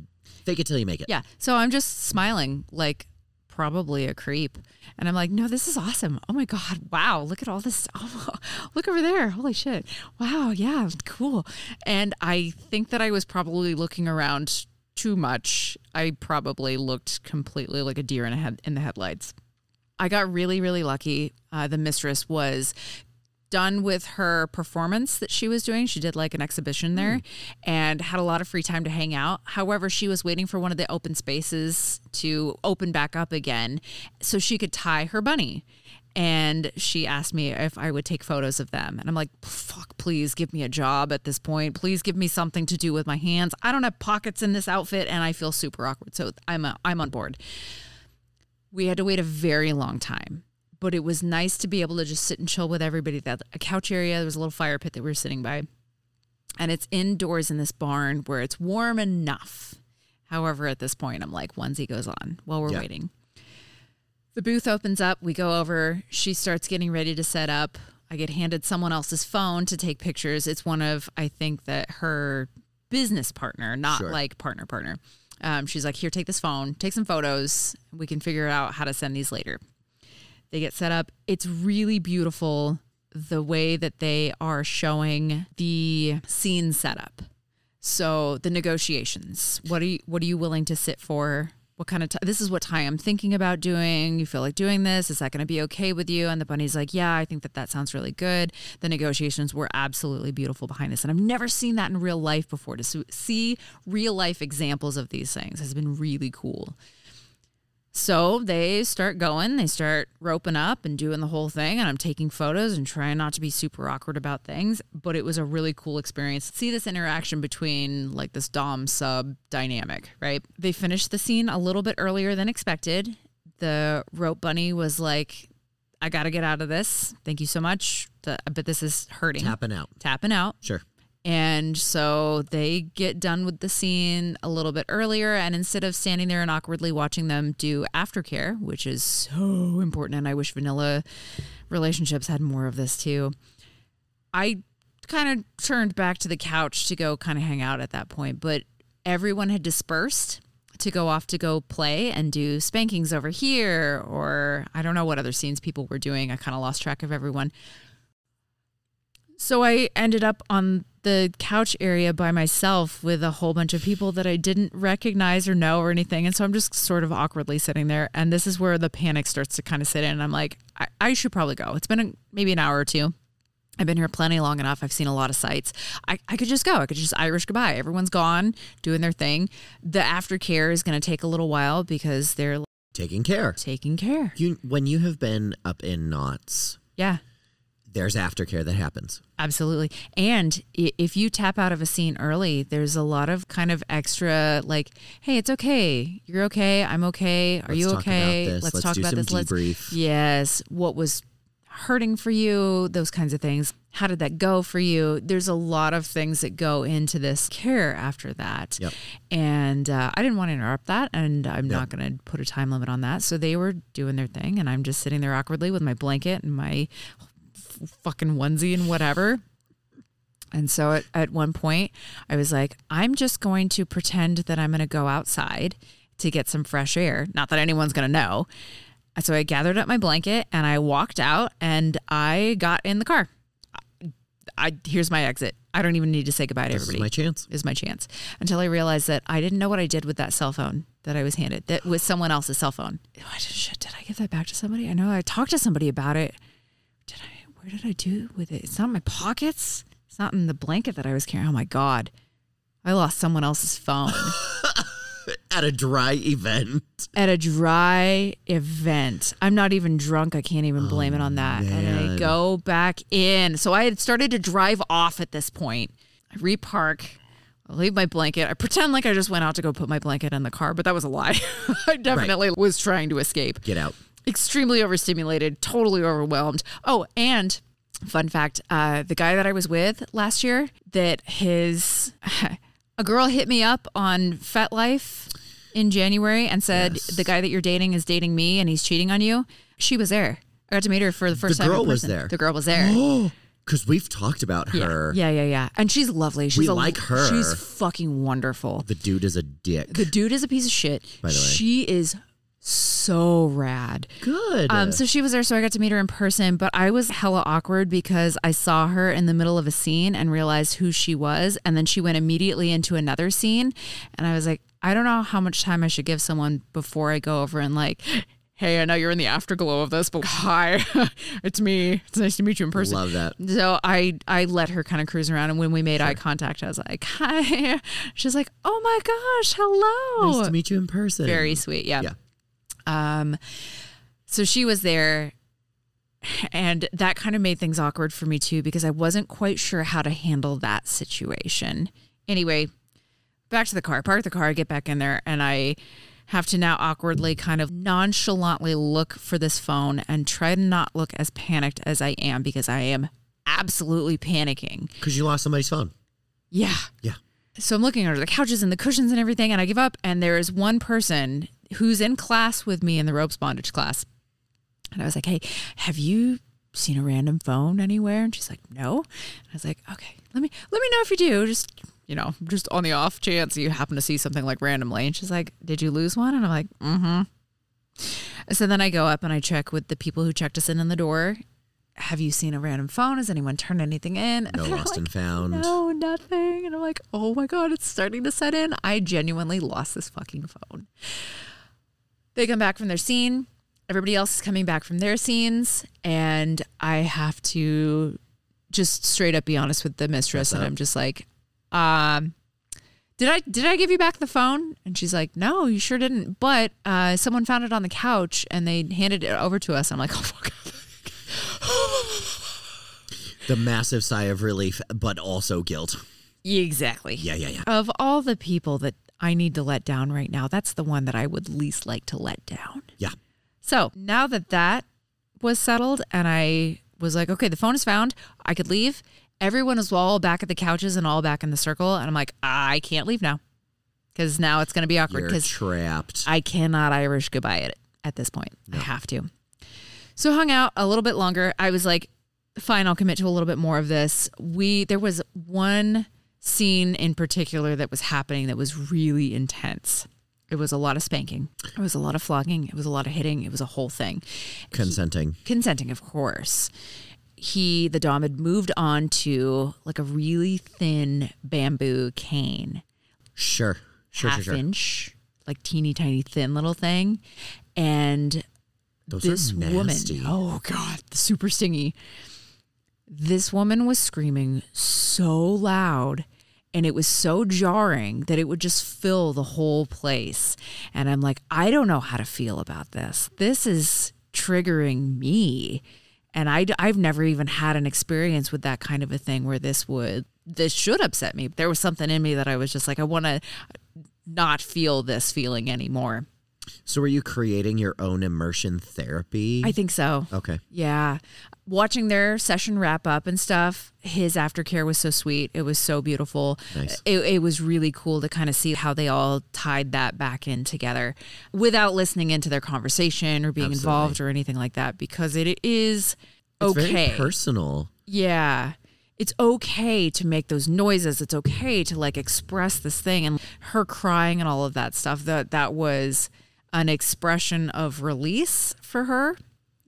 Speaker 1: fake it till you make it.
Speaker 2: Yeah. So I'm just smiling like probably a creep. And I'm like, no, this is awesome. Oh my God. Wow. Look at all this. Oh, look over there. Holy shit. Wow. Yeah. Cool. And I think that I was probably looking around too much. I probably looked completely like a deer in, a head, in the headlights. I got really, really lucky. Uh, the mistress was done with her performance that she was doing. She did like an exhibition there and had a lot of free time to hang out. However, she was waiting for one of the open spaces to open back up again so she could tie her bunny. And she asked me if I would take photos of them. And I'm like, fuck, please give me a job at this point. Please give me something to do with my hands. I don't have pockets in this outfit and I feel super awkward. So I'm, a, I'm on board we had to wait a very long time but it was nice to be able to just sit and chill with everybody that a couch area there was a little fire pit that we were sitting by and it's indoors in this barn where it's warm enough however at this point i'm like onesie goes on while we're
Speaker 1: Yeah.
Speaker 2: waiting the booth opens up we go over she starts getting ready to set up i get handed someone else's phone to take pictures it's one of i think that her business partner not
Speaker 1: Sure.
Speaker 2: like partner partner um, she's like here take this phone take some photos we can figure out how to send these later they get set up. It's really beautiful the way that they are showing the scene setup. So the negotiations. What are you what are you willing to sit for? What kind of t- this is what tie I'm thinking about doing. You feel like doing this? Is that going to be okay with you? And the bunny's like, yeah, I think that that sounds really good. The negotiations were absolutely beautiful behind this, and I've never seen that in real life before. To s- see real life examples of these things has been really cool. So they start going, they start roping up and doing the whole thing. And I'm taking photos and trying not to be super awkward about things. But it was a really cool experience to see this interaction between like this Dom sub dynamic, right? They finished the scene a little bit earlier than expected. The rope bunny was like, I got to get out of this. Thank you so much. The- But this is hurting.
Speaker 1: Tapping out.
Speaker 2: Tapping out.
Speaker 1: Sure.
Speaker 2: And so they get done with the scene a little bit earlier. And instead of standing there and awkwardly watching them do aftercare, which is so important, and I wish vanilla relationships had more of this too, I kind of turned back to the couch to go kind of hang out at that point. But everyone had dispersed to go off to go play and do spankings over here, or I don't know what other scenes people were doing. I kind of lost track of everyone. So I ended up on the couch area by myself with a whole bunch of people that I didn't recognize or know or anything. And so I'm just sort of awkwardly sitting there. And this is where the panic starts to kind of sit in. And I'm like, I, I should probably go. It's been a, maybe an hour or two. I've been here plenty long enough. I've seen a lot of sights. I, I could just go. I could just Irish goodbye. Everyone's gone doing their thing. The aftercare is going to take a little while because they're like,
Speaker 1: Taking care.
Speaker 2: taking care.
Speaker 1: You when you have been up in knots,
Speaker 2: Yeah.
Speaker 1: there's aftercare that happens.
Speaker 2: Absolutely. And i- if you tap out of a scene early, there's a lot of kind of extra like, hey, it's okay. You're okay. I'm okay. Are
Speaker 1: Let's
Speaker 2: you
Speaker 1: talk about
Speaker 2: okay?
Speaker 1: this. Let's do some debrief.
Speaker 2: Yes. What was hurting for you? Those kinds of things. How did that go for you? There's a lot of things that go into this care after that.
Speaker 1: Yep.
Speaker 2: And uh, I didn't want to interrupt that. And I'm not going to put a time limit on that. So they were doing their thing. And I'm just sitting there awkwardly with my blanket and my fucking onesie and whatever. And so at, at one point, I was like, I'm just going to pretend that I'm going to go outside to get some fresh air. Not that anyone's going to know. And so I gathered up my blanket and I walked out and I got in the car. I, I here's my exit. I don't even need to say goodbye to
Speaker 1: This is
Speaker 2: everybody
Speaker 1: my chance.
Speaker 2: is my chance until I realized that I didn't know what I did with that cell phone that I was handed. That was someone else's cell phone. What, shit, did Oh, I give that back to somebody? I know I talked to somebody about it. Did I? Where did I do with it? It's not in my pockets. It's not in the blanket that I was carrying. Oh my god, I lost someone else's phone
Speaker 1: At a dry event.
Speaker 2: at a dry event. I'm not even drunk. I can't even blame it on that. And I
Speaker 1: man.
Speaker 2: go back in. So I had started to drive off at this point. I repark. I leave my blanket. I pretend like I just went out to go put my blanket in the car, but that was a lie. I definitely was trying to escape
Speaker 1: Get out.
Speaker 2: extremely overstimulated, totally overwhelmed. Oh, and fun fact uh, the guy that I was with last year, that his, a girl hit me up on FetLife in January and said,
Speaker 1: Yes.
Speaker 2: The guy that you're dating is dating me and he's cheating on you. She was there. I got to meet her for the first time. in
Speaker 1: girl was
Speaker 2: person.
Speaker 1: there.
Speaker 2: The girl was there.
Speaker 1: Oh, because we've talked about her.
Speaker 2: Yeah, yeah, yeah. And she's lovely. She's a,
Speaker 1: like her.
Speaker 2: She's fucking wonderful.
Speaker 1: The dude is a dick.
Speaker 2: The dude is a piece of shit. By
Speaker 1: the way.
Speaker 2: She is so rad.
Speaker 1: Good.
Speaker 2: Um, so she was there, so I got to meet her in person, but I was hella awkward because I saw her in the middle of a scene and realized who she was. And then she went immediately into another scene. And I was like, I don't know how much time I should give someone before I go over and like, hey, I know you're in the afterglow of this, but hi, it's me. It's nice to meet you in person.
Speaker 1: Love that.
Speaker 2: So I I let her kind of cruise around, and when we made eye contact, I was like, "Hi." She's like, "Oh my gosh, hello!"
Speaker 1: Nice to meet you in person.
Speaker 2: Very sweet, yeah.
Speaker 1: Yeah.
Speaker 2: Um, so she was there, and that kind of made things awkward for me too because I wasn't quite sure how to handle that situation. Anyway, back to the car, park the car, I get back in there, and I have to now awkwardly, kind of nonchalantly look for this phone and try to not look as panicked as I am because I am absolutely panicking.
Speaker 1: Because you lost somebody's phone.
Speaker 2: Yeah.
Speaker 1: Yeah.
Speaker 2: So I'm looking under the couches and the cushions and everything, and I give up. And there is one person who's in class with me in the ropes bondage class. And I was like, hey, have you seen a random phone anywhere? And she's like, no. And I was like, okay, let me let me know if you do. Just you know, just on the off chance you happen to see something like randomly. And she's like, Did you lose one? And I'm like, mm-hmm. So then I go up and I check with the people who checked us in on the door. Have you seen a random phone? Has anyone turned anything in? And
Speaker 1: No
Speaker 2: they're
Speaker 1: lost
Speaker 2: like,
Speaker 1: and found.
Speaker 2: no, nothing. And I'm like, oh my God, it's starting to set in. I genuinely lost this fucking phone. They come back from their scene. Everybody else is coming back from their scenes. And I have to just straight up be honest with the mistress. And I'm just like, um, did I did I give you back the phone? And she's like, No, you sure didn't. But uh, someone found it on the couch and they handed it over to us. I'm like, Oh my god,
Speaker 1: The massive sigh of relief, but also guilt.
Speaker 2: exactly.
Speaker 1: Yeah, yeah, yeah.
Speaker 2: Of all the people that I need to let down right now, that's the one that I would least like to let down.
Speaker 1: Yeah.
Speaker 2: So now that that was settled, and I was like, okay, the phone is found. I could leave. Everyone is all back at the couches and all back in the circle. And I'm like, I can't leave now because now it's going to be awkward
Speaker 1: You're
Speaker 2: because
Speaker 1: trapped.
Speaker 2: I cannot Irish goodbye it at this point. I have to. So hung out a little bit longer. I was like, fine, I'll commit to a little bit more of this. We there was one scene in particular that was happening that was really intense. It was a lot of spanking. It was a lot of flogging. It was a lot of hitting. It was a whole thing.
Speaker 1: Consenting.
Speaker 2: Consenting, of course. He, the Dom, had moved on to like a really thin bamboo cane,
Speaker 1: Sure. Sure,
Speaker 2: half
Speaker 1: sure, sure.
Speaker 2: inch, like teeny tiny thin little thing. And
Speaker 1: Those
Speaker 2: this
Speaker 1: are
Speaker 2: woman,
Speaker 1: nasty.
Speaker 2: oh God, super stingy. This woman was screaming so loud and it was so jarring that it would just fill the whole place. And I'm like, I don't know how to feel about this. This is triggering me. And I, have never even had an experience with that kind of a thing where this would, this should upset me. There was something in me that I was just like, I want to not feel this feeling anymore.
Speaker 1: So, are you creating your own immersion therapy?
Speaker 2: I think so.
Speaker 1: okay.
Speaker 2: Yeah. Watching their session wrap up and stuff, his aftercare was so sweet. It was so beautiful.
Speaker 1: Nice.
Speaker 2: It, it was really cool to kind of see how they all tied that back in together without listening into their conversation or being involved or anything like that because it is
Speaker 1: It's
Speaker 2: okay.
Speaker 1: very personal.
Speaker 2: Yeah. It's okay to make those noises. It's okay to like express this thing and her crying and all of that stuff. That that was an expression of release for her.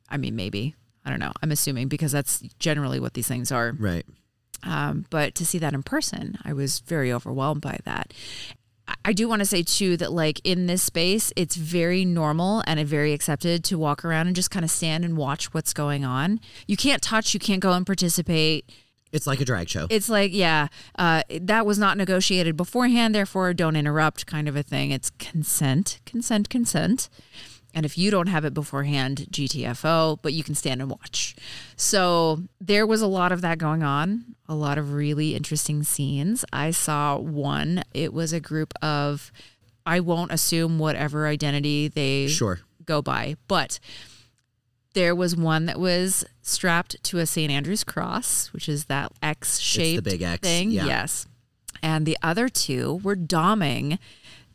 Speaker 2: I mean, maybe. I don't know. I'm assuming because that's generally what these things are.
Speaker 1: Right.
Speaker 2: Um, but to see that in person, I was very overwhelmed by that. I- I do want to say too that like in this space, it's very normal and very accepted to walk around and just kind of stand and watch what's going on. You can't touch, you can't go and participate.
Speaker 1: It's like a drag show.
Speaker 2: It's like, yeah, uh, that was not negotiated beforehand, therefore don't interrupt kind of a thing. It's consent, consent, consent. And if you don't have it beforehand, GTFO, but you can stand and watch. So there was a lot of that going on, a lot of really interesting scenes. I saw one, it was a group of, I won't assume whatever identity they
Speaker 1: sure.
Speaker 2: go by, but there was one that was strapped to a St. Andrew's cross, which is that X shaped
Speaker 1: big X,
Speaker 2: thing.
Speaker 1: yeah.
Speaker 2: Yes. And the other two were doming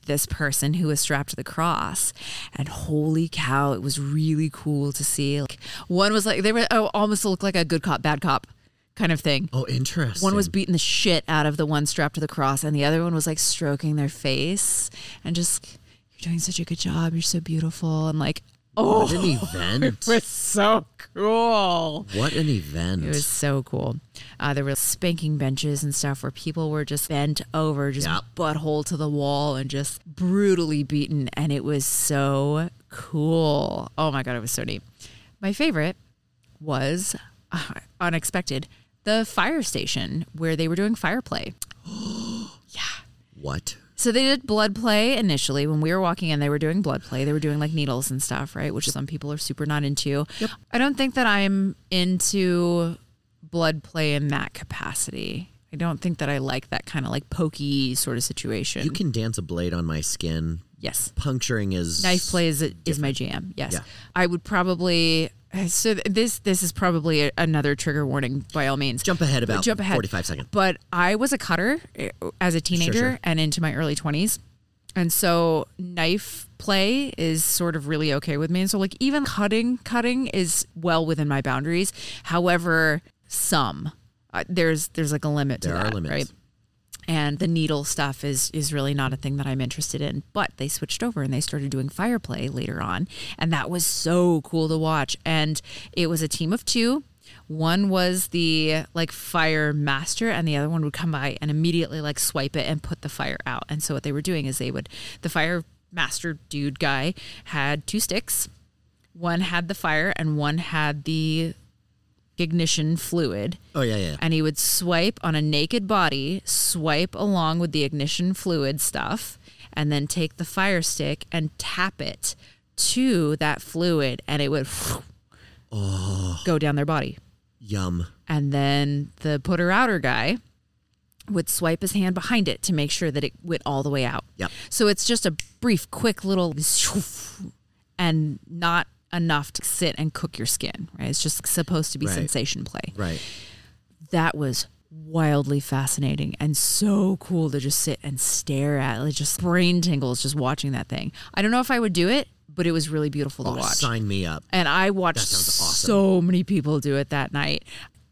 Speaker 2: this person who was strapped to the cross. And holy cow, it was really cool to see. Like, one was like, they were oh, almost looked like a good cop, bad cop kind of thing.
Speaker 1: Oh, interesting.
Speaker 2: One was beating the shit out of the one strapped to the cross, and the other one was like stroking their face and just, you're doing such a good job. You're so beautiful. And like,
Speaker 1: What
Speaker 2: oh,
Speaker 1: an event.
Speaker 2: it was so cool.
Speaker 1: What an event.
Speaker 2: It was so cool. Uh, there were spanking benches and stuff where people were just bent over, just
Speaker 1: Yep.
Speaker 2: butthole to the wall, and just brutally beaten. And it was so cool. Oh my God, it was so neat. My favorite was uh, unexpected the fire station where they were doing fire play.
Speaker 1: what?
Speaker 2: So they did blood play initially. When we were walking in, they were doing blood play. They were doing like needles and stuff, right? Which some people are super not into. I don't think that I'm into blood play in that capacity. I don't think that I like that kind of like pokey sort of situation.
Speaker 1: You can dance a blade on my skin.
Speaker 2: yes.
Speaker 1: Puncturing is
Speaker 2: Knife play is, is my jam. Yes.
Speaker 1: Yeah.
Speaker 2: I would probably so th- this this is probably a, another trigger warning by all means.
Speaker 1: Jump ahead about
Speaker 2: Jump ahead.
Speaker 1: 45 seconds.
Speaker 2: But I was a cutter eh, as a teenager
Speaker 1: sure.
Speaker 2: and into my early 20s. And so knife play is sort of really okay with me. And so like even cutting cutting is well within my boundaries. However, some uh, there's there's like a limit to
Speaker 1: There are
Speaker 2: that,
Speaker 1: limits.
Speaker 2: right? and the needle stuff is is really not a thing that I'm interested in. But they switched over and they started doing fire play later on, and that was so cool to watch. And it was a team of two. One was the like fire master, and the other one would come by and immediately like swipe it and put the fire out. And so what they were doing is they would the fire master dude guy had two sticks. One had the fire and one had the ignition fluid
Speaker 1: Oh, yeah, yeah.
Speaker 2: and he would swipe on a naked body, swipe along with the ignition fluid stuff, and then take the fire stick and tap it to that fluid, and it would go down their body.
Speaker 1: Yum.
Speaker 2: And then the putter outer guy would swipe his hand behind it to make sure that it went all the way out.
Speaker 1: Yep.
Speaker 2: So it's just a brief, quick little and not enough to sit and cook your skin, right? It's just supposed to be
Speaker 1: Right.
Speaker 2: sensation play
Speaker 1: Right.
Speaker 2: that was wildly fascinating and so cool to just sit and stare at like just brain tingles just watching that thing i don't know if i would do it but it was really beautiful to watch
Speaker 1: Sign me up.
Speaker 2: and i watched
Speaker 1: sounds awesome.
Speaker 2: so many people do it that night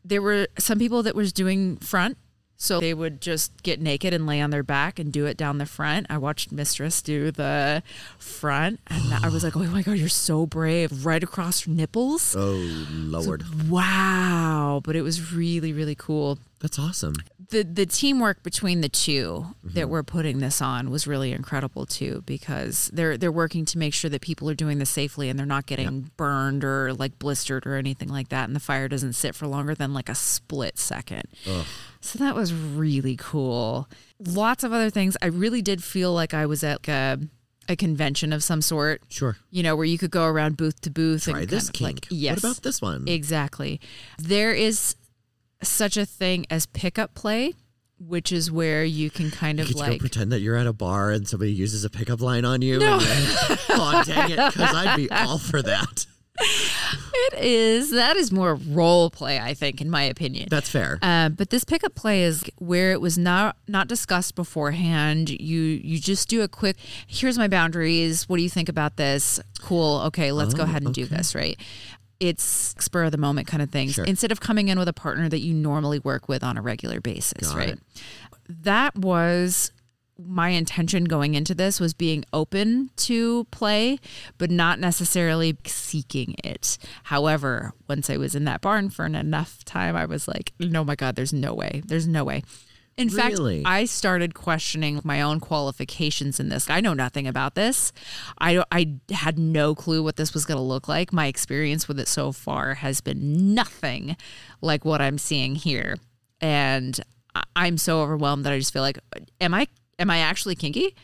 Speaker 2: there were some people that was doing front So they would just get naked and lay on their back and do it down the front. I watched Mistress do the front, and I was like, oh my God, you're so brave. Right across her nipples.
Speaker 1: Oh, Lord.
Speaker 2: Wow. But it was really, really cool.
Speaker 1: That's awesome.
Speaker 2: The, the teamwork between the 2
Speaker 1: Mm-hmm.
Speaker 2: that were putting this on was really incredible too because they're they're working to make sure that people are doing this safely and they're not getting burned or like blistered or anything like that and the fire doesn't sit for longer than like a split second. So that was really cool. Lots of other things. I really did feel like I was at like a, a convention of some sort,
Speaker 1: Sure.
Speaker 2: you know, where you could go around booth to booth
Speaker 1: Try
Speaker 2: and
Speaker 1: this
Speaker 2: kind of
Speaker 1: kink.
Speaker 2: like yes,
Speaker 1: What about this one?
Speaker 2: exactly. There is such a thing as pickup play, which is where you can kind
Speaker 1: you
Speaker 2: of
Speaker 1: get to go
Speaker 2: like
Speaker 1: pretend that you're at a bar and somebody uses a pickup line on you. No. oh, dang it, because I'd be all for that.
Speaker 2: it is that is more role play, I think, in my opinion.
Speaker 1: That's fair.
Speaker 2: Uh, but this pickup play is where it was not not discussed beforehand. You you just do a quick. Here's my boundaries. What do you think about this? Cool. Okay, let's
Speaker 1: Oh,
Speaker 2: go ahead and do this. Right. It's spur of the moment kind of things instead of coming in with a partner that you normally work with on a regular basis.
Speaker 1: Got
Speaker 2: right.
Speaker 1: it.
Speaker 2: That was my intention going into this was being open to play but not necessarily seeking it however once i was in that barn for enough time i was like no my god there's no way there's no way in
Speaker 1: Really?
Speaker 2: fact i started questioning my own qualifications in this i know nothing about this i don't, i had no clue what this was going to look like my experience with it so far has been nothing like what i'm seeing here and I- I'm so overwhelmed that I just feel like, am I am I actually kinky?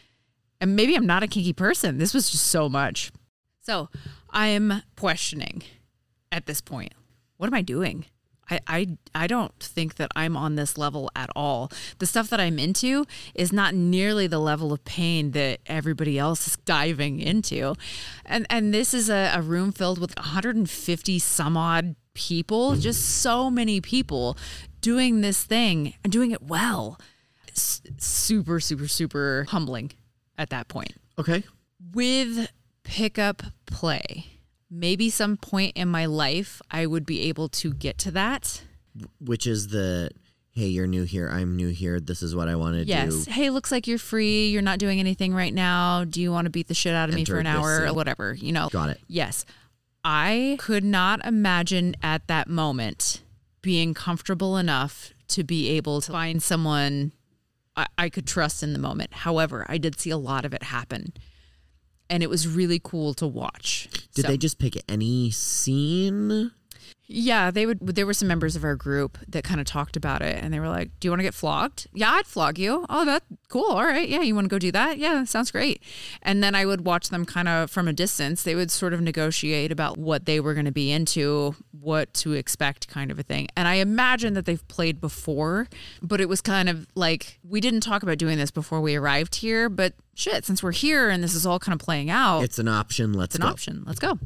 Speaker 2: And maybe I'm not a kinky person. This was just so much. So I'm questioning at this point. What am I doing? I, I I don't think that I'm on this level at all. The stuff that I'm into is not nearly the level of pain that everybody else is diving into. And and this is a, a room filled with 150 some odd people, just so many people doing this thing and doing it well. S- super, super, super humbling at that point
Speaker 1: okay.
Speaker 2: with pickup play, maybe some point in my life I would be able to get to that.
Speaker 1: Which is the hey, you're new here, I'm new here, this is what I want to
Speaker 2: Yes.
Speaker 1: do.
Speaker 2: Hey, looks like you're free. You're not doing anything right now. Do you want to beat the shit out of me for
Speaker 1: Enter
Speaker 2: an
Speaker 1: this
Speaker 2: hour or
Speaker 1: scene.
Speaker 2: whatever? You know.
Speaker 1: Got it.
Speaker 2: Yes. I could not imagine at that moment being comfortable enough to be able to find someone I, I could trust in the moment. However, I did see a lot of it happen. And it was really cool to watch.
Speaker 1: Did
Speaker 2: So-
Speaker 1: they just pick any scene?
Speaker 2: Yeah, they would. There were some members of our group that kind of talked about it, and they were like, "Do you want to get flogged? Yeah, I'd flog you. Oh, that cool. All right, yeah, you want to go do that? Yeah, sounds great." And then I would watch them kind of from a distance. They would sort of negotiate about what they were going to be into, what to expect, kind of a thing. And I imagine that they've played before, but it was kind of like we didn't talk about doing this before we arrived here, but shit, since we're here and this is all kind of playing out,
Speaker 1: It's an option. Let's
Speaker 2: it's an
Speaker 1: go.
Speaker 2: option. Let's go.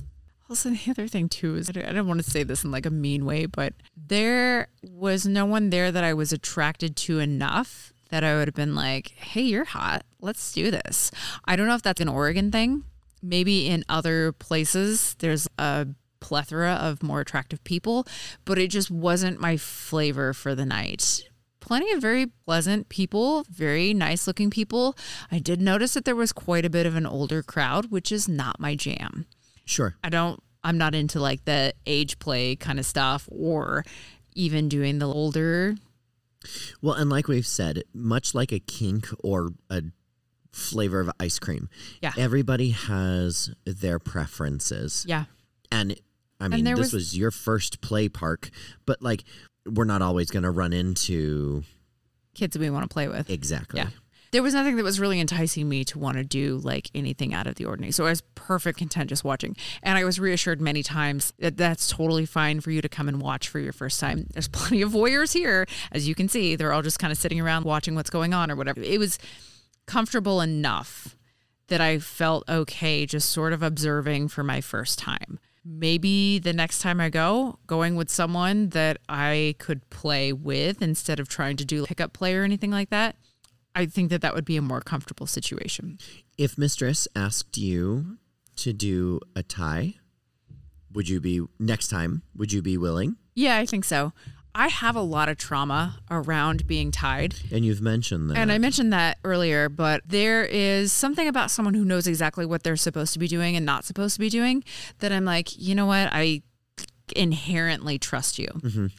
Speaker 2: Also, the other thing too is I don't, I don't want to say this in like a mean way, but there was no one there that I was attracted to enough that I would have been like, "Hey, you're hot. Let's do this." I don't know if that's an Oregon thing. Maybe in other places there's a plethora of more attractive people, but it just wasn't my flavor for the night plenty of very pleasant people, very nice looking people. I did notice that there was quite a bit of an older crowd, which is not my jam.
Speaker 1: Sure.
Speaker 2: I don't, I'm not into like the age play kind of stuff or even doing the older.
Speaker 1: Well, and like we've said, much like a kink or a flavor of ice cream,
Speaker 2: Yeah.
Speaker 1: everybody has their preferences.
Speaker 2: Yeah.
Speaker 1: And I mean,
Speaker 2: there
Speaker 1: this was,
Speaker 2: was-
Speaker 1: your first play park, but like, we're not always going to run into
Speaker 2: Kids that we want to play with.
Speaker 1: exactly.
Speaker 2: Yeah. There was nothing that was really enticing me to want to do like anything out of the ordinary. So I was perfect content just watching. And I was reassured many times that that's totally fine for you to come and watch for your first time. There's plenty of voyeurs here. As you can see, they're all just kind of sitting around watching what's going on or whatever. It was comfortable enough that I felt okay just sort of observing for my first time. Maybe the next time I go, going with someone that I could play with instead of trying to do pickup play or anything like that. I think that that would be a more comfortable situation.
Speaker 1: If Mistress asked you to do a tie, would you be next time? Would you be willing?
Speaker 2: Yeah, I think so. I have a lot of trauma around being tied.
Speaker 1: And you've mentioned that.
Speaker 2: And I mentioned that earlier, but there is something about someone who knows exactly what they're supposed to be doing and not supposed to be doing that I'm like, you know what? I inherently trust you.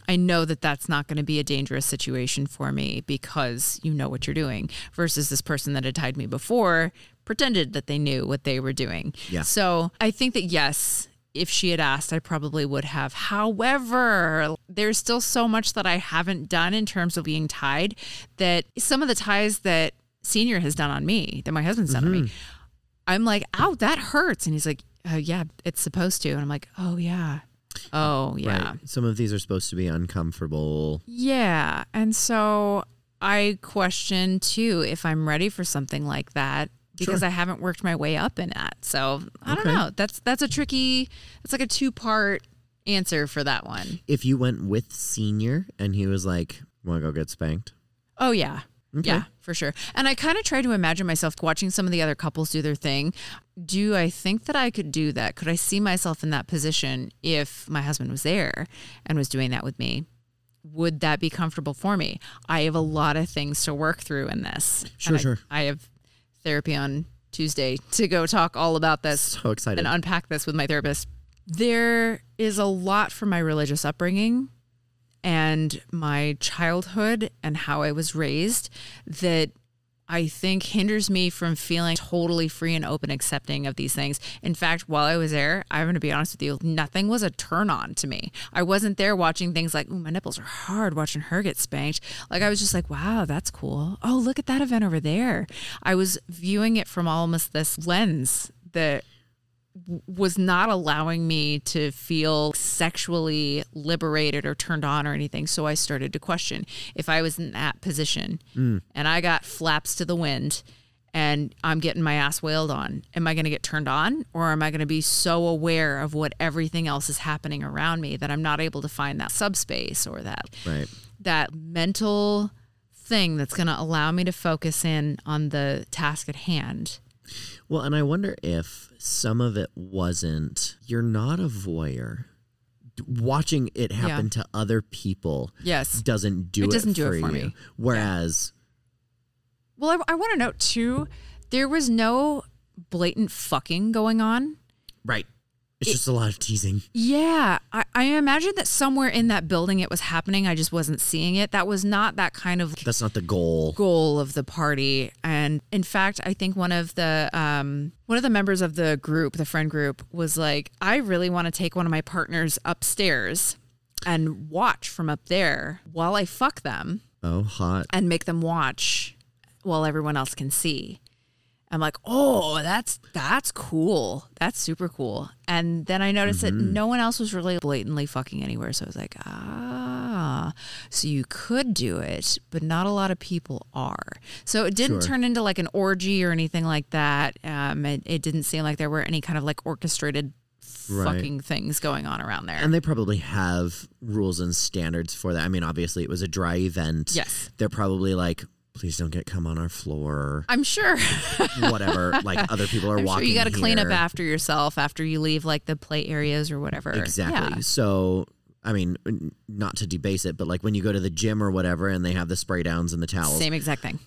Speaker 2: I know that that's not going to be a dangerous situation for me because you know what you're doing versus this person that had tied me before pretended that they knew what they were doing.
Speaker 1: Yeah.
Speaker 2: So I think that yes, if she had asked, I probably would have. However, there's still so much that I haven't done in terms of being tied that some of the ties that senior has done on me, that my husband's done on me, I'm like, ow, that hurts. And he's like, uh, yeah, it's supposed to. And I'm like, oh, yeah. Oh, yeah.
Speaker 1: Right. Some of these are supposed to be uncomfortable.
Speaker 2: Yeah. And so I question too if I'm ready for something like that because I haven't worked my way up in that. So I
Speaker 1: Okay.
Speaker 2: don't know. That's that's a tricky it's like a two part answer for that one.
Speaker 1: If you went with senior and he was like, "Want to go get spanked?"
Speaker 2: Oh yeah. Yeah, for sure. And I kind of try to imagine myself watching some of the other couples do their thing. Do I think that I could do that? Could I see myself in that position if my husband was there and was doing that with me? Would that be comfortable for me? I have a lot of things to work through in this. And
Speaker 1: Sure,
Speaker 2: I-
Speaker 1: sure.
Speaker 2: I have therapy on Tuesday to go talk all about this
Speaker 1: So excited.
Speaker 2: and unpack this with my therapist. There is a lot from my religious upbringing and my childhood and how I was raised that I think hinders me from feeling totally free and open accepting of these things. In fact, while I was there, I'm going to be honest with you, nothing was a turn on to me. I wasn't there watching things like, ooh, my nipples are hard watching her get spanked. Like, I was just like, wow, that's cool. Oh, look at that event over there. I was viewing it from almost this lens that was not allowing me to feel sexually liberated or turned on or anything. So I started to question if I was in that position and I got flaps to the wind and I'm getting my ass wailed on, am I going to get turned on or am I going to be so aware of what everything else is happening around me that I'm not able to find that subspace or that
Speaker 1: right.
Speaker 2: that mental thing that's going to allow me to focus in on the task at hand.
Speaker 1: Well, and I wonder if some of it wasn't. You're not a voyeur. D- Watching it happen to other people
Speaker 2: Yes.
Speaker 1: doesn't do
Speaker 2: It
Speaker 1: it,
Speaker 2: doesn't do
Speaker 1: for
Speaker 2: it for
Speaker 1: you.
Speaker 2: me.
Speaker 1: Whereas,
Speaker 2: Well, I, I want to note too, there was no blatant fucking going on.
Speaker 1: right, it's just a lot of teasing.
Speaker 2: Yeah, I, I imagine that somewhere in that building it was happening. I just wasn't seeing it. That was not that kind of
Speaker 1: That's not the goal.
Speaker 2: goal of the party. And in fact, I think one of the um, one of the members of the group, the friend group, was like, "I really want to take one of my partners upstairs and watch from up there while I fuck them."
Speaker 1: Oh, hot.
Speaker 2: and make them watch while everyone else can see. I'm like, oh, that's that's cool. That's super cool. And then I noticed that
Speaker 1: Mm-hmm.
Speaker 2: no one else was really blatantly fucking anywhere. So I was like, ah, so you could do it, but not a lot of people are. So it didn't turn into like an orgy or anything like that. Um, it, it didn't seem like there were any kind of like orchestrated
Speaker 1: Right.
Speaker 2: fucking things going on around there.
Speaker 1: And they probably have rules and standards for that. I mean, obviously, it was a dry event.
Speaker 2: Yes.
Speaker 1: They're probably like, please don't get cum on our floor,
Speaker 2: I'm sure.
Speaker 1: whatever. like, other people are
Speaker 2: I'm
Speaker 1: walking.
Speaker 2: sure you got to clean up
Speaker 1: here.
Speaker 2: after yourself after you leave like the play areas or whatever.
Speaker 1: Exactly. So, I mean, n- not to debase it, but like when you go to the gym or whatever and they have the spray downs and the
Speaker 2: Yeah.
Speaker 1: towels, same,
Speaker 2: Same exact thing.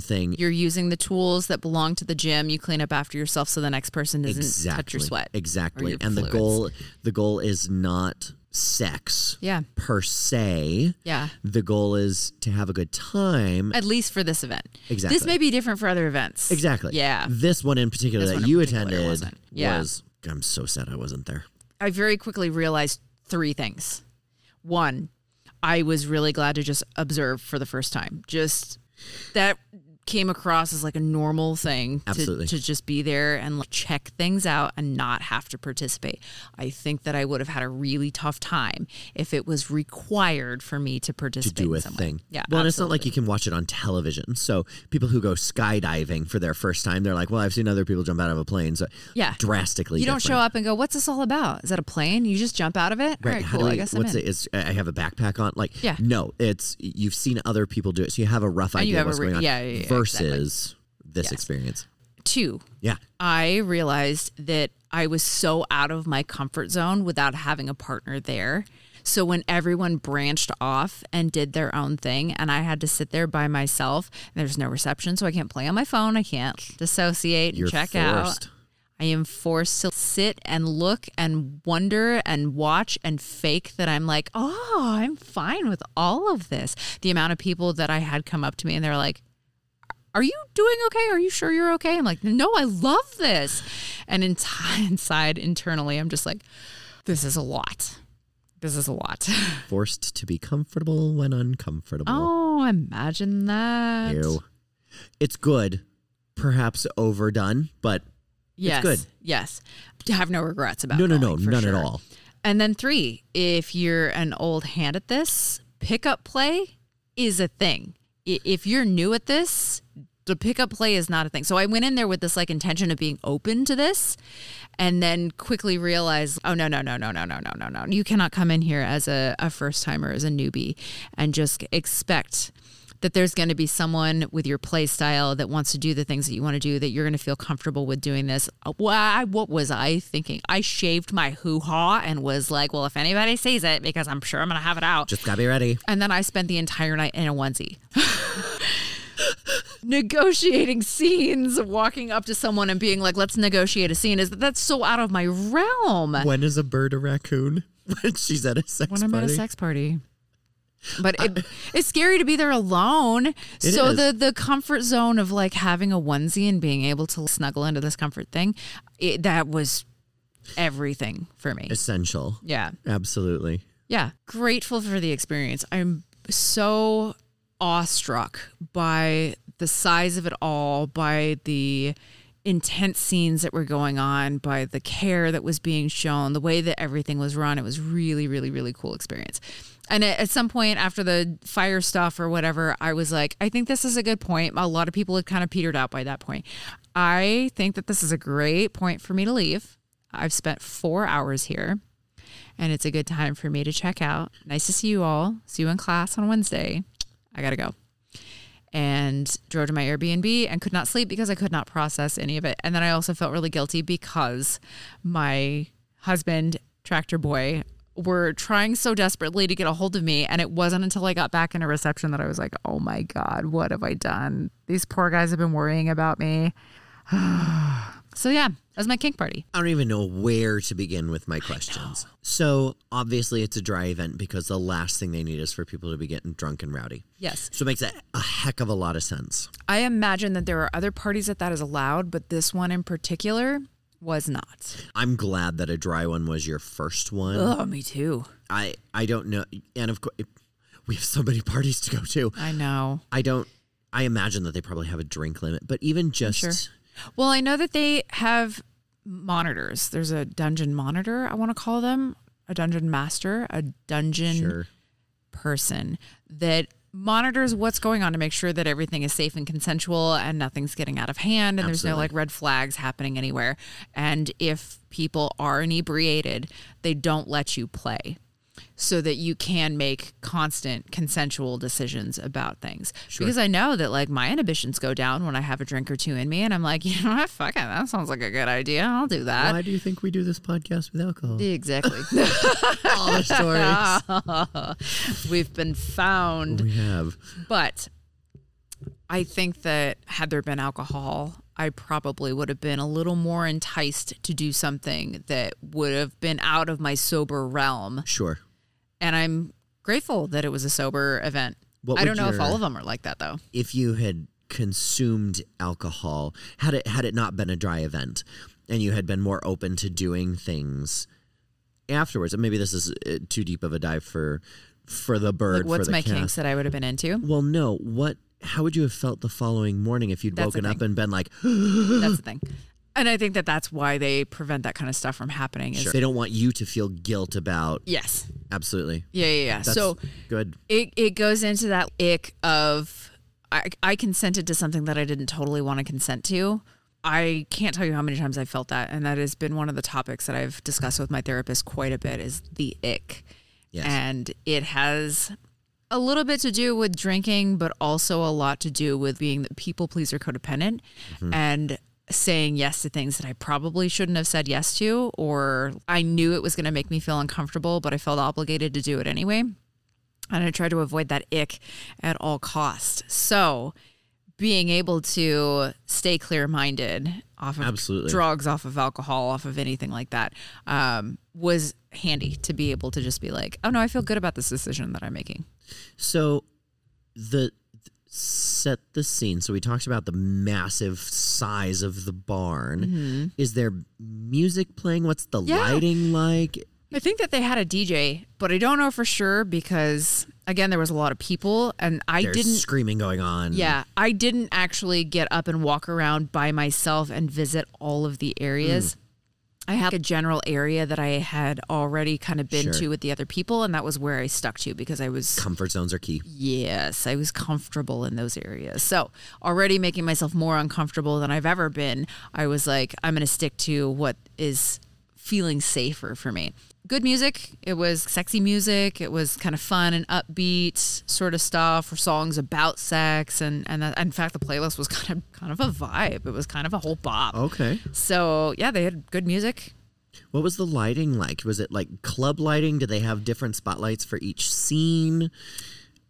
Speaker 1: thing.
Speaker 2: You're using the tools that belong to the gym. You clean up after yourself so the next person doesn't
Speaker 1: exactly.
Speaker 2: touch your sweat.
Speaker 1: Exactly.
Speaker 2: your
Speaker 1: And the
Speaker 2: fluids.
Speaker 1: goal the goal is not sex
Speaker 2: Yeah.
Speaker 1: per se.
Speaker 2: Yeah.
Speaker 1: The goal is to have a good time.
Speaker 2: At least for this event.
Speaker 1: Exactly.
Speaker 2: This may be different for other events.
Speaker 1: exactly.
Speaker 2: Yeah.
Speaker 1: This one in particular
Speaker 2: This one
Speaker 1: that
Speaker 2: in
Speaker 1: you
Speaker 2: particular
Speaker 1: attended
Speaker 2: wasn't. Yeah.
Speaker 1: was I'm so sad I wasn't there.
Speaker 2: I very quickly realized three things. One, I was really glad to just observe for the first time. Just that came across as like a normal thing to,
Speaker 1: Absolutely.
Speaker 2: to just be there and like check things out and not have to participate. I think that I would have had a really tough time if it was required for me to participate.
Speaker 1: do
Speaker 2: in
Speaker 1: a
Speaker 2: some way.
Speaker 1: thing.
Speaker 2: Yeah.
Speaker 1: Well, and it's not like you can watch it on television. So people who go skydiving for their first time, they're like, "Well, I've seen other people jump out of a plane." So
Speaker 2: Yeah.
Speaker 1: drastically.
Speaker 2: you don't show up and go, "What's this all about? Is that a plane? You just jump out of it? all right,
Speaker 1: How
Speaker 2: cool.
Speaker 1: do we,
Speaker 2: I guess I'm
Speaker 1: what's
Speaker 2: in.
Speaker 1: it? Is I have a backpack on. Like,
Speaker 2: Yeah.
Speaker 1: no, it's you've seen other people do it, so you have a rough
Speaker 2: you
Speaker 1: idea
Speaker 2: have
Speaker 1: of
Speaker 2: a
Speaker 1: what's
Speaker 2: re-
Speaker 1: going on.
Speaker 2: yeah, yeah, yeah, exactly.
Speaker 1: versus this experience.
Speaker 2: Two,
Speaker 1: Yeah,
Speaker 2: I realized that I was so out of my comfort zone without having a partner there. So when everyone branched off and did their own thing, and I had to sit there by myself, and there's no reception, so I can't play on my phone. I can't dissociate and
Speaker 1: You're
Speaker 2: check out.
Speaker 1: forced.
Speaker 2: I am forced to sit and look and wonder and watch and fake that I'm like, oh, I'm fine with all of this. The amount of people that I had come up to me and they're like, are you doing okay? Are you sure you're okay? I'm like, no, I love this. And inside, inside internally, I'm just like, this is a lot. This is a lot.
Speaker 1: Forced to be comfortable when uncomfortable.
Speaker 2: Oh, imagine that.
Speaker 1: Ew. It's good, perhaps overdone, but
Speaker 2: Yes.
Speaker 1: good.
Speaker 2: Yes. Have no regrets about
Speaker 1: no, no, no,
Speaker 2: going, for
Speaker 1: none at
Speaker 2: sure.
Speaker 1: all.
Speaker 2: And then three, if you're an old hand at this, pickup play is a thing. I- If you're new at this, the pickup play is not a thing. So I went in there with this like intention of being open to this and then quickly realized, oh no, no, no, no, no, no, no, no, no. You cannot come in here as a, a first timer, as a newbie, and just expect that there's going to be someone with your play style that wants to do the things that you want to do that you're going to feel comfortable with doing this Uh, why what was i thinking i shaved my hoo-ha and was like well if anybody sees it because i'm sure i'm going to have it out
Speaker 1: Just gotta be ready.
Speaker 2: and then i spent the entire night in a onesie negotiating scenes walking up to someone and being like let's negotiate a scene is that's so out of my realm
Speaker 1: When is a bird a raccoon? When she's at a sex
Speaker 2: when I'm at
Speaker 1: party.
Speaker 2: a sex party. But it, it's scary to be there alone. so
Speaker 1: is.
Speaker 2: the the comfort zone of like having a onesie and being able to snuggle into this comfort thing, it, that was everything for me.
Speaker 1: Essential.
Speaker 2: yeah,
Speaker 1: Absolutely.
Speaker 2: yeah. Grateful for the experience. I'm so awestruck by the size of it all, by the intense scenes that were going on, by the care that was being shown, the way that everything was run. It was really, really, really cool experience. And at at some point after the fire stuff or whatever, I was like, I think this is a good point. A lot of people had kind of petered out by that point. I think that this is a great point for me to leave. I've spent four hours here and it's a good time for me to check out. Nice to see you all. See you in class on Wednesday. I gotta go. And drove to my Airbnb and could not sleep because I could not process any of it. And then I also felt really guilty because my husband, Tractor Boy, were trying so desperately to get a hold of me. And it wasn't until I got back into reception that I was like, oh my God, what have I done? These poor guys have been worrying about me. so, yeah, that was my kink party.
Speaker 1: I don't even know where to begin with my questions. So obviously it's a dry event because the last thing they need is for people to be getting drunk and rowdy.
Speaker 2: Yes.
Speaker 1: So it makes a, a heck of a lot of sense.
Speaker 2: I imagine that there are other parties that that is allowed, but this one in particular was not.
Speaker 1: I'm glad that a dry one was your first one.
Speaker 2: Oh, me too.
Speaker 1: I I don't know, and of course we have so many parties to go to.
Speaker 2: I know.
Speaker 1: I don't. I imagine that they probably have a drink limit, but even just
Speaker 2: sure. Well, I know that they have monitors. There's a dungeon monitor, I want to call them, a dungeon master, a dungeon
Speaker 1: Sure.
Speaker 2: person that monitors what's going on to make sure that everything is safe and consensual and nothing's getting out of hand and there's no
Speaker 1: Absolutely.
Speaker 2: like red flags happening anywhere. And if people are inebriated, they don't let you play so that you can make constant consensual decisions about things. Because I know that like my inhibitions go down when I have a drink or two in me and I'm like, you know what, fuck it, that sounds like a good idea. I'll do that.
Speaker 1: Why do you think we do this podcast with alcohol?
Speaker 2: Exactly.
Speaker 1: All the stories
Speaker 2: We've been found.
Speaker 1: we have.
Speaker 2: But I think that had there been alcohol, I probably would have been a little more enticed to do something that would have been out of my sober realm.
Speaker 1: Sure.
Speaker 2: And I'm grateful that it was a sober event.
Speaker 1: What
Speaker 2: I don't
Speaker 1: would
Speaker 2: know if
Speaker 1: your-
Speaker 2: all of them are like that though.
Speaker 1: If you had consumed alcohol, had it had it not been a dry event, and you had been more open to doing things afterwards, and maybe this is uh, too deep of a dive for for the bird.
Speaker 2: Like, what's
Speaker 1: for the
Speaker 2: my
Speaker 1: cat.
Speaker 2: kinks that I would have been into?
Speaker 1: Well, no. What? How would you have felt the following morning if you'd
Speaker 2: That's the
Speaker 1: woken up
Speaker 2: thing.
Speaker 1: and been like,
Speaker 2: That's the thing. And I think that that's why they prevent that kind of stuff from happening. Is
Speaker 1: they don't want you to feel guilt about?
Speaker 2: yes,
Speaker 1: Absolutely.
Speaker 2: yeah, yeah, yeah.
Speaker 1: That's
Speaker 2: so
Speaker 1: good.
Speaker 2: it it goes into that ick of I, I consented to something that I didn't totally want to consent to. I can't tell you how many times I felt that, and that has been one of the topics that I've discussed with my therapist quite a bit is the ick,
Speaker 1: Yes.
Speaker 2: and it has a little bit to do with drinking, but also a lot to do with being the people pleaser codependent, and saying yes to things that I probably shouldn't have said yes to, or I knew it was going to make me feel uncomfortable, but I felt obligated to do it anyway. And I tried to avoid that ick at all cost. So being able to stay clear minded off of
Speaker 1: Absolutely.
Speaker 2: drugs, off of alcohol, off of anything like that um, was handy to be able to just be like, oh no, I feel good about this decision that I'm making.
Speaker 1: So the set the scene. So we talked about the massive size of the barn. Is there music playing? What's the
Speaker 2: Mm-hmm. Yeah.
Speaker 1: lighting like?
Speaker 2: I think that they had a DJ, but I don't know for sure because again, there was a lot of people, and I
Speaker 1: There's
Speaker 2: didn't.
Speaker 1: screaming going on.
Speaker 2: Yeah, I didn't actually get up and walk around by myself and visit all of the areas. I had a general area that I had already kind of been
Speaker 1: Sure.
Speaker 2: to with the other people, and that was where I stuck to because I was
Speaker 1: Comfort zones are key.
Speaker 2: Yes, I was comfortable in those areas. So, already making myself more uncomfortable than I've ever been, I was like, I'm going to stick to what is feeling safer for me. Good music. It was sexy music. It was kind of fun and upbeat sort of stuff, or songs about sex, and and that, in fact, the playlist was kind of kind of a vibe. It was kind of a whole bop.
Speaker 1: Okay.
Speaker 2: So yeah, they had good music.
Speaker 1: What was the lighting like? Was it like club lighting? Did they have different spotlights for each scene?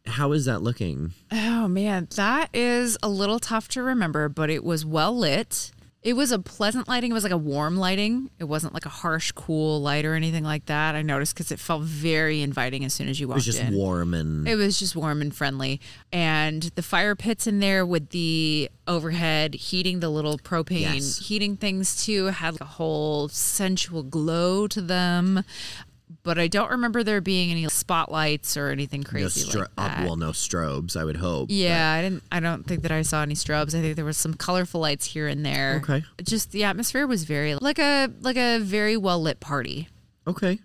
Speaker 1: How is that looking?
Speaker 2: Oh man, that is a little tough to remember, but it was well lit. It was a pleasant lighting. It was like a warm lighting. It wasn't like a harsh, cool light or anything like that. I noticed because it felt very inviting as soon as you
Speaker 1: It was
Speaker 2: walked
Speaker 1: just
Speaker 2: in.
Speaker 1: warm and
Speaker 2: It was just warm and friendly. And the fire pits in there with the overhead heating, the little propane
Speaker 1: Yes.
Speaker 2: heating things too, had like a whole sensual glow to them. But I don't remember there being any spotlights or anything
Speaker 1: no
Speaker 2: crazy
Speaker 1: stro-
Speaker 2: like that.
Speaker 1: uh, well, no strobes, I would hope.
Speaker 2: Yeah, I didn't. I don't think that I saw any strobes. I think there was some colorful lights here and there.
Speaker 1: Okay.
Speaker 2: Just the atmosphere was very like a like a very well lit party.
Speaker 1: Okay.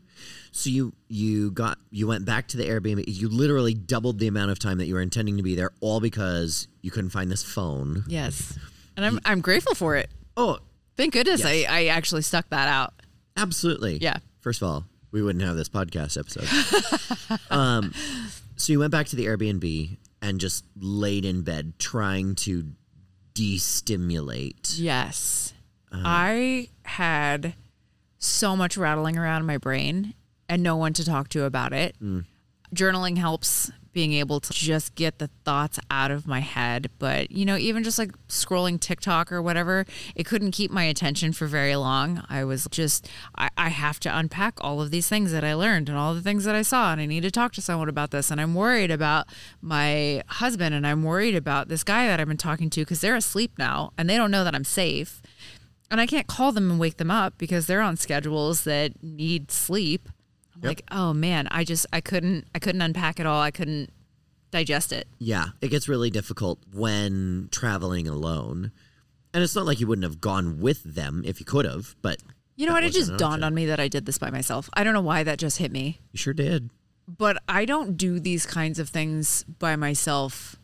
Speaker 1: So you you got you went back to the Airbnb. You literally doubled the amount of time that you were intending to be there, all because you couldn't find this phone.
Speaker 2: Yes, and I'm I'm grateful for it.
Speaker 1: Oh,
Speaker 2: Thank goodness I I actually stuck that out.
Speaker 1: absolutely.
Speaker 2: Yeah.
Speaker 1: First of all, we wouldn't have this podcast episode. um, so you went back to the Airbnb and just laid in bed trying to de-stimulate.
Speaker 2: Yes, Uh-huh. I had so much rattling around in my brain and no one to talk to about it. Journaling helps being able to just get the thoughts out of my head. But, you know, even just like scrolling TikTok or whatever, it couldn't keep my attention for very long. I was just, I, I have to unpack all of these things that I learned and all the things that I saw. And I need to talk to someone about this. And I'm worried about my husband and I'm worried about this guy that I've been talking to because they're asleep now and they don't know that I'm safe. And I can't call them and wake them up because they're on schedules that need sleep. I'm like, oh man, I just I couldn't I couldn't unpack it all. I couldn't digest it.
Speaker 1: Yeah, it gets really difficult when traveling alone. And it's not like you wouldn't have gone with them if you could have, but
Speaker 2: You know what? It just dawned on me that I did this by myself. I don't know why that just hit me.
Speaker 1: you sure did.
Speaker 2: But I don't do these kinds of things by myself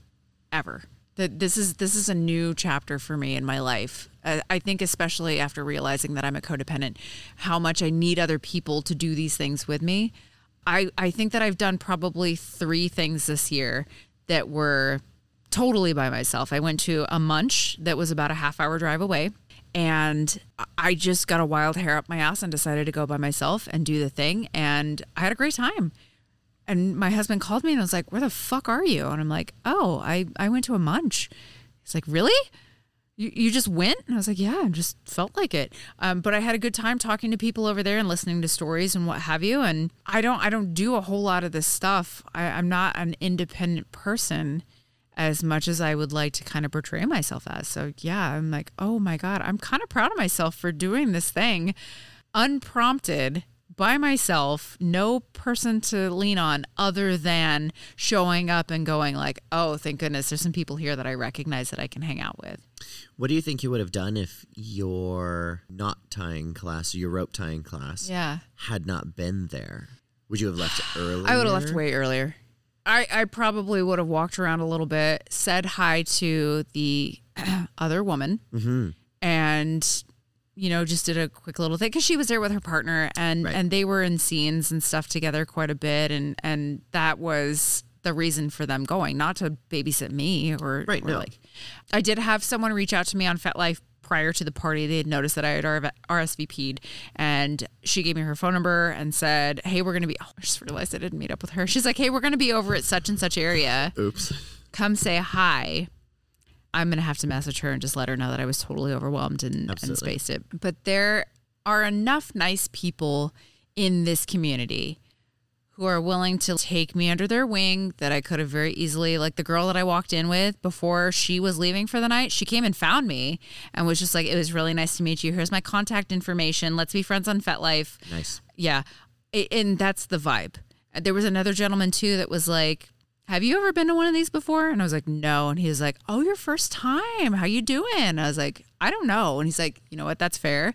Speaker 2: ever. That this is this is a new chapter for me in my life. I, I think especially after realizing that I'm a codependent, how much I need other people to do these things with me. I, I think that I've done probably three things this year that were totally by myself. I went to a munch that was about a half hour drive away. And I- I just got a wild hair up my ass and decided to go by myself and do the thing. And I had a great time. And my husband called me and was like, Where the fuck are you? And I'm like, Oh, I, I went to a munch. He's like, Really? You, you just went? And I was like, Yeah, I just felt like it. Um, but I had a good time talking to people over there and listening to stories and what have you. And I don't I don't do a whole lot of this stuff. I, I'm not an independent person as much as I would like to kind of portray myself as. So yeah, I'm like, oh my God, I'm kind of proud of myself for doing this thing unprompted by myself, no person to lean on other than showing up and going like, oh, thank goodness there's some people here that I recognize that I can hang out with.
Speaker 1: What do you think you would have done if your knot tying class, your rope tying class,
Speaker 2: Yeah.
Speaker 1: had not been there? Would you have left earlier?
Speaker 2: I would have left way earlier. I, I probably would have walked around a little bit, said hi to the other woman, and you know just did a quick little thing because she was there with her partner, and
Speaker 1: Right.
Speaker 2: and they were in scenes and stuff together quite a bit, and and that was the reason for them going, not to babysit me or
Speaker 1: Right,
Speaker 2: or
Speaker 1: no.
Speaker 2: like I did have someone reach out to me on FetLife prior to the party, they had noticed that I had RV RSVP'd, and she gave me her phone number and said, "Hey, we're gonna be." Oh, I just realized I didn't meet up with her. She's like, "Hey, we're gonna be over at such and such area.
Speaker 1: Oops.
Speaker 2: Come say hi." I'm gonna have to message her and just let her know that I was totally overwhelmed and, and
Speaker 1: Absolutely.
Speaker 2: spaced it. But there are enough nice people in this community who are willing to take me under their wing that I could have very easily, like the girl that I walked in with before she was leaving for the night, she came and found me and was just like, it was really nice to meet you. Here's my contact information. Let's be friends on FetLife.
Speaker 1: Nice.
Speaker 2: Yeah. A- And that's the vibe. Uh, There was another gentleman too that was like, have you ever been to one of these before? And I was like, no. And he was like, oh, your first time. How you doing? And I was like, I don't know. And he's like, you know what? That's fair.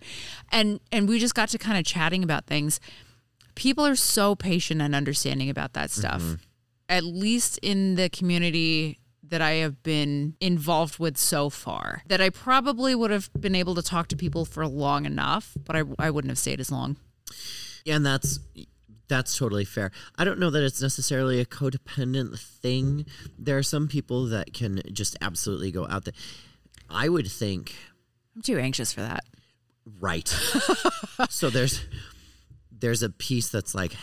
Speaker 2: And and we just got to kind of chatting about things. People are so patient and understanding about that stuff. At least in the community that I have been involved with so far, that I probably would have been able to talk to people for long enough, but I, I wouldn't have stayed as long.
Speaker 1: and that's that's totally fair. I don't know that it's necessarily a codependent thing. There are some people that can just absolutely go out there. I would think
Speaker 2: I'm too anxious for that.
Speaker 1: right. so there's there's a piece that's like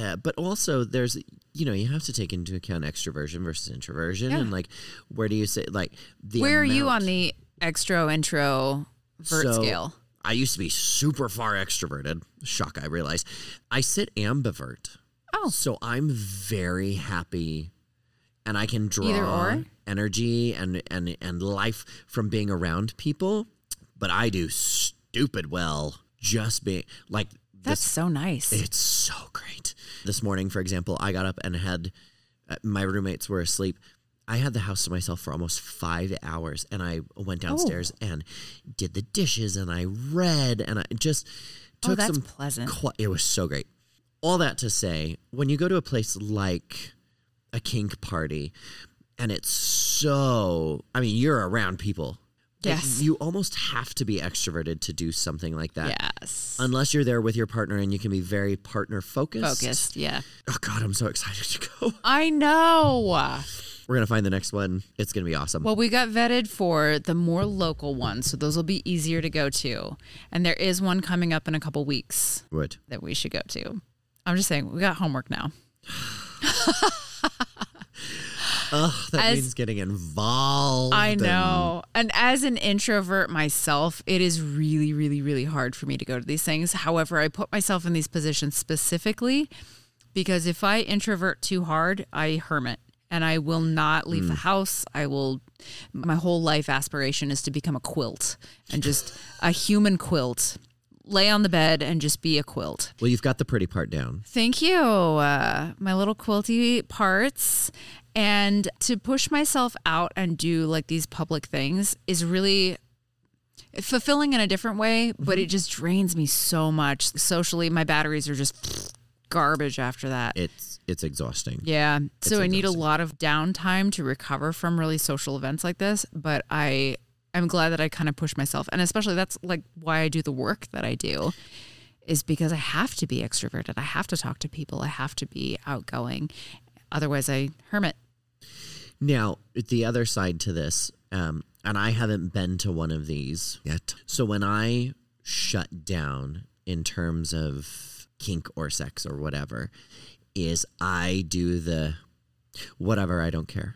Speaker 1: eh, but also there's you know, you have to take into account extroversion versus introversion
Speaker 2: Yeah.
Speaker 1: and like where do you say like the
Speaker 2: Where are you
Speaker 1: amount-
Speaker 2: on the extro intro vert
Speaker 1: So,
Speaker 2: scale?
Speaker 1: I used to be super far extroverted. Shock, I realize. I sit ambivert.
Speaker 2: Oh.
Speaker 1: So I'm very happy and I can
Speaker 2: Either
Speaker 1: draw
Speaker 2: or?
Speaker 1: energy and, and, and life from being around people, but I do stupid well just being like
Speaker 2: That's
Speaker 1: this
Speaker 2: so nice.
Speaker 1: it's so great. This morning, for example, I got up and had uh, my roommates were asleep. I had the house to myself for almost five hours, and I went
Speaker 2: Oh.
Speaker 1: downstairs and did the dishes, and I read, and I just
Speaker 2: Oh,
Speaker 1: took
Speaker 2: that's
Speaker 1: some
Speaker 2: pleasant.
Speaker 1: qui- it was so great. All that to say, when you go to a place like a kink party, and it's so, I mean, you're around people. It-
Speaker 2: Yes.
Speaker 1: you almost have to be extroverted to do something like that
Speaker 2: yes.
Speaker 1: unless you're there with your partner and you can be very partner focused.
Speaker 2: Focused. Yeah.
Speaker 1: Oh God, I'm so excited to go.
Speaker 2: I know.
Speaker 1: We're gonna find the next one. It's gonna be awesome.
Speaker 2: Well, we got vetted for the more local ones, so those will be easier to go to. And there is one coming up in a couple weeks
Speaker 1: Would
Speaker 2: that we should go to. I'm just saying, we got homework now.
Speaker 1: Ugh, that
Speaker 2: As-
Speaker 1: means getting involved.
Speaker 2: I
Speaker 1: and-
Speaker 2: know. And as an introvert myself, it is really, really, really hard for me to go to these things. However, I put myself in these positions specifically because if I introvert too hard, I hermit and I will not leave the house. I will, my whole life aspiration is to become a quilt and just a human quilt, lay on the bed and just be a quilt.
Speaker 1: well, you've got the pretty part down.
Speaker 2: Thank you. Uh, my little quilty parts. And to push myself out and do like these public things is really fulfilling in a different way, but it just drains me so much. Socially, my batteries are just garbage after that.
Speaker 1: It's it's exhausting.
Speaker 2: Yeah. So I need a
Speaker 1: exhausting.
Speaker 2: lot of downtime to recover from really social events like this, but I I'm glad that I kind of push myself. And especially that's like why I do the work that I do is because I have to be extroverted. I have to talk to people. I have to be outgoing. Otherwise I hermit.
Speaker 1: Now the other side to this, um, and I haven't been to one of these yet. So when I shut down in terms of kink or sex or whatever, is I do the whatever. I don't care.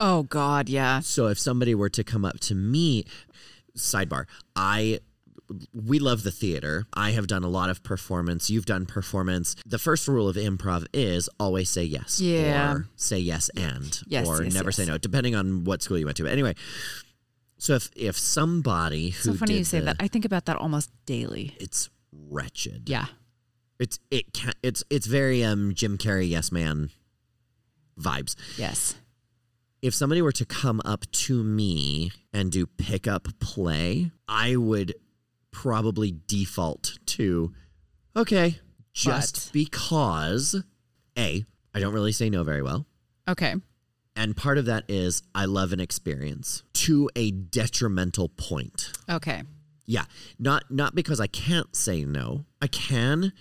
Speaker 2: Oh god, yeah.
Speaker 1: So if somebody were to come up to me, sidebar, I we love the theater. I have done a lot of performance. You've done performance. The first rule of improv is always say yes.
Speaker 2: Yeah.
Speaker 1: Or say yes and.
Speaker 2: Yes,
Speaker 1: Or
Speaker 2: yes,
Speaker 1: never
Speaker 2: yes.
Speaker 1: say no, depending on what school you went to. But anyway, so if if somebody who
Speaker 2: so funny
Speaker 1: did
Speaker 2: you say
Speaker 1: the-
Speaker 2: that. I think about that almost daily.
Speaker 1: it's wretched.
Speaker 2: Yeah.
Speaker 1: It's it can it's it's very um Jim Carrey yes man vibes.
Speaker 2: Yes.
Speaker 1: if somebody were to come up to me and do pickup play, I would probably default to okay, just
Speaker 2: But-
Speaker 1: because A, I don't really say no very well.
Speaker 2: Okay.
Speaker 1: And part of that is I love an experience to a detrimental point.
Speaker 2: Okay.
Speaker 1: Yeah. Not not because I can't say no. I can.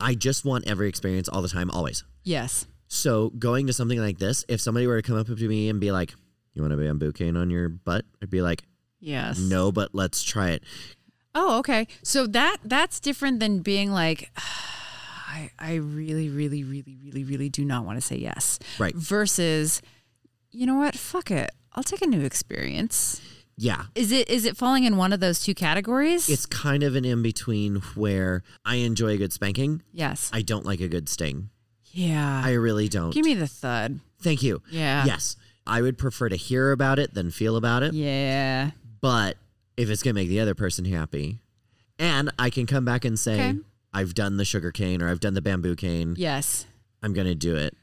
Speaker 1: I just want every experience all the time, always.
Speaker 2: Yes.
Speaker 1: So going to something like this, if somebody were to come up to me and be like, "You want to be on bouquet on your butt," I'd be like,
Speaker 2: Yes.
Speaker 1: No, but let's try it.
Speaker 2: Oh, okay. So that that's different than being like I I really really really really really do not want to say yes.
Speaker 1: Right.
Speaker 2: Versus you know what? Fuck it. I'll take a new experience.
Speaker 1: Yeah.
Speaker 2: Is it is it falling in one of those two categories?
Speaker 1: It's kind of an in between where I enjoy a good spanking.
Speaker 2: yes.
Speaker 1: I don't like a good sting.
Speaker 2: yeah.
Speaker 1: I really don't.
Speaker 2: Give me the thud.
Speaker 1: Thank you.
Speaker 2: Yeah.
Speaker 1: Yes. I would prefer to hear about it than feel about it.
Speaker 2: Yeah.
Speaker 1: But if it's going to make the other person happy, and I can come back and say,
Speaker 2: Okay.
Speaker 1: I've done the sugar cane or I've done the bamboo cane,
Speaker 2: Yes.
Speaker 1: I'm going to do it.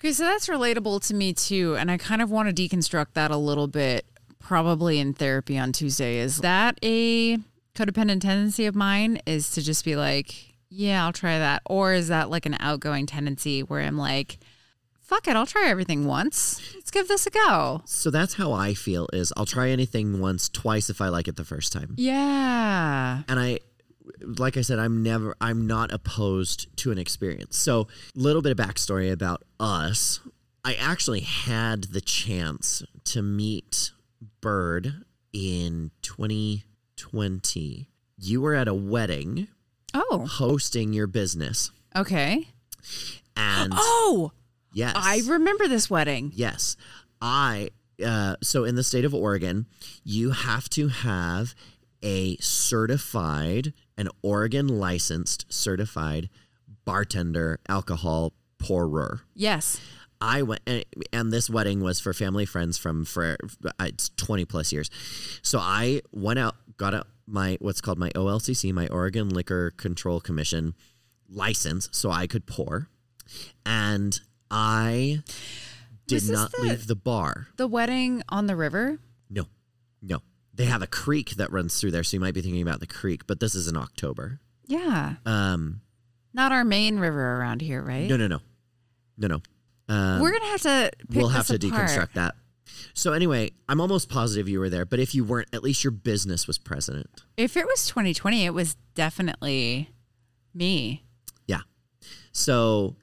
Speaker 2: Okay, so that's relatable to me too. And I kind of want to deconstruct that a little bit, probably in therapy on Tuesday. Is that a codependent tendency of mine? Is to just be like, yeah, I'll try that. Or is that like an outgoing tendency where I'm like, fuck it, I'll try everything once. Let's give this a go.
Speaker 1: So that's how I feel is I'll try anything once, twice if I like it the first time.
Speaker 2: Yeah.
Speaker 1: and I like I said, I'm never I'm not opposed to an experience. So little bit of backstory about us. I actually had the chance to meet Bird in 2020. You were at a wedding
Speaker 2: Oh,
Speaker 1: hosting your business.
Speaker 2: okay.
Speaker 1: And
Speaker 2: Oh,
Speaker 1: yes.
Speaker 2: I remember this wedding.
Speaker 1: Yes. I uh, so in the state of Oregon, you have to have a certified, an Oregon licensed certified bartender alcohol pourer.
Speaker 2: Yes.
Speaker 1: I went, and, and this wedding was for family friends from for uh, it's twenty plus years. So I went out, got out my what's called my OLCC, my Oregon Liquor Control Commission license, so I could pour, and I
Speaker 2: Was
Speaker 1: did
Speaker 2: this
Speaker 1: not
Speaker 2: the-
Speaker 1: leave the bar.
Speaker 2: The wedding on the river.
Speaker 1: No, no, they have a creek that runs through there, so you might be thinking about the creek, but this is in October.
Speaker 2: Yeah.
Speaker 1: Um,
Speaker 2: Not our main river around here, right?
Speaker 1: no, no, no, no, no. Um,
Speaker 2: We're gonna have to. Pick
Speaker 1: we'll have to
Speaker 2: this apart.
Speaker 1: deconstruct that. So anyway, I'm almost positive you were there, but if you weren't, at least your business was present.
Speaker 2: If it was 2020, it was definitely me.
Speaker 1: Yeah. So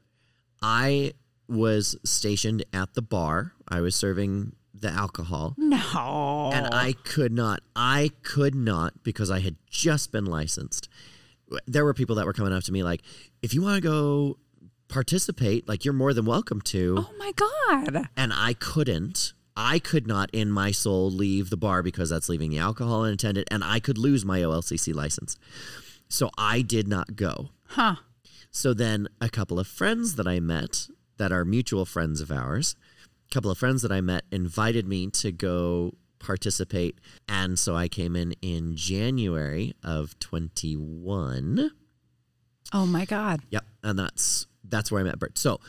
Speaker 1: I was stationed at the bar. I was serving the alcohol.
Speaker 2: No.
Speaker 1: And I could not, I could not, because I had just been licensed. There were people that were coming up to me like, if you want to go participate, like you're more than welcome to.
Speaker 2: Oh my god.
Speaker 1: and I couldn't. I could not in my soul leave the bar because that's leaving the alcohol unattended, and I could lose my OLCC license. So I did not go.
Speaker 2: Huh.
Speaker 1: So then a couple of friends that I met that are mutual friends of ours, a couple of friends that I met invited me to go participate. And so I came in in January of 21.
Speaker 2: Oh my god.
Speaker 1: Yep, and that's that's where I'm at, Bert. So,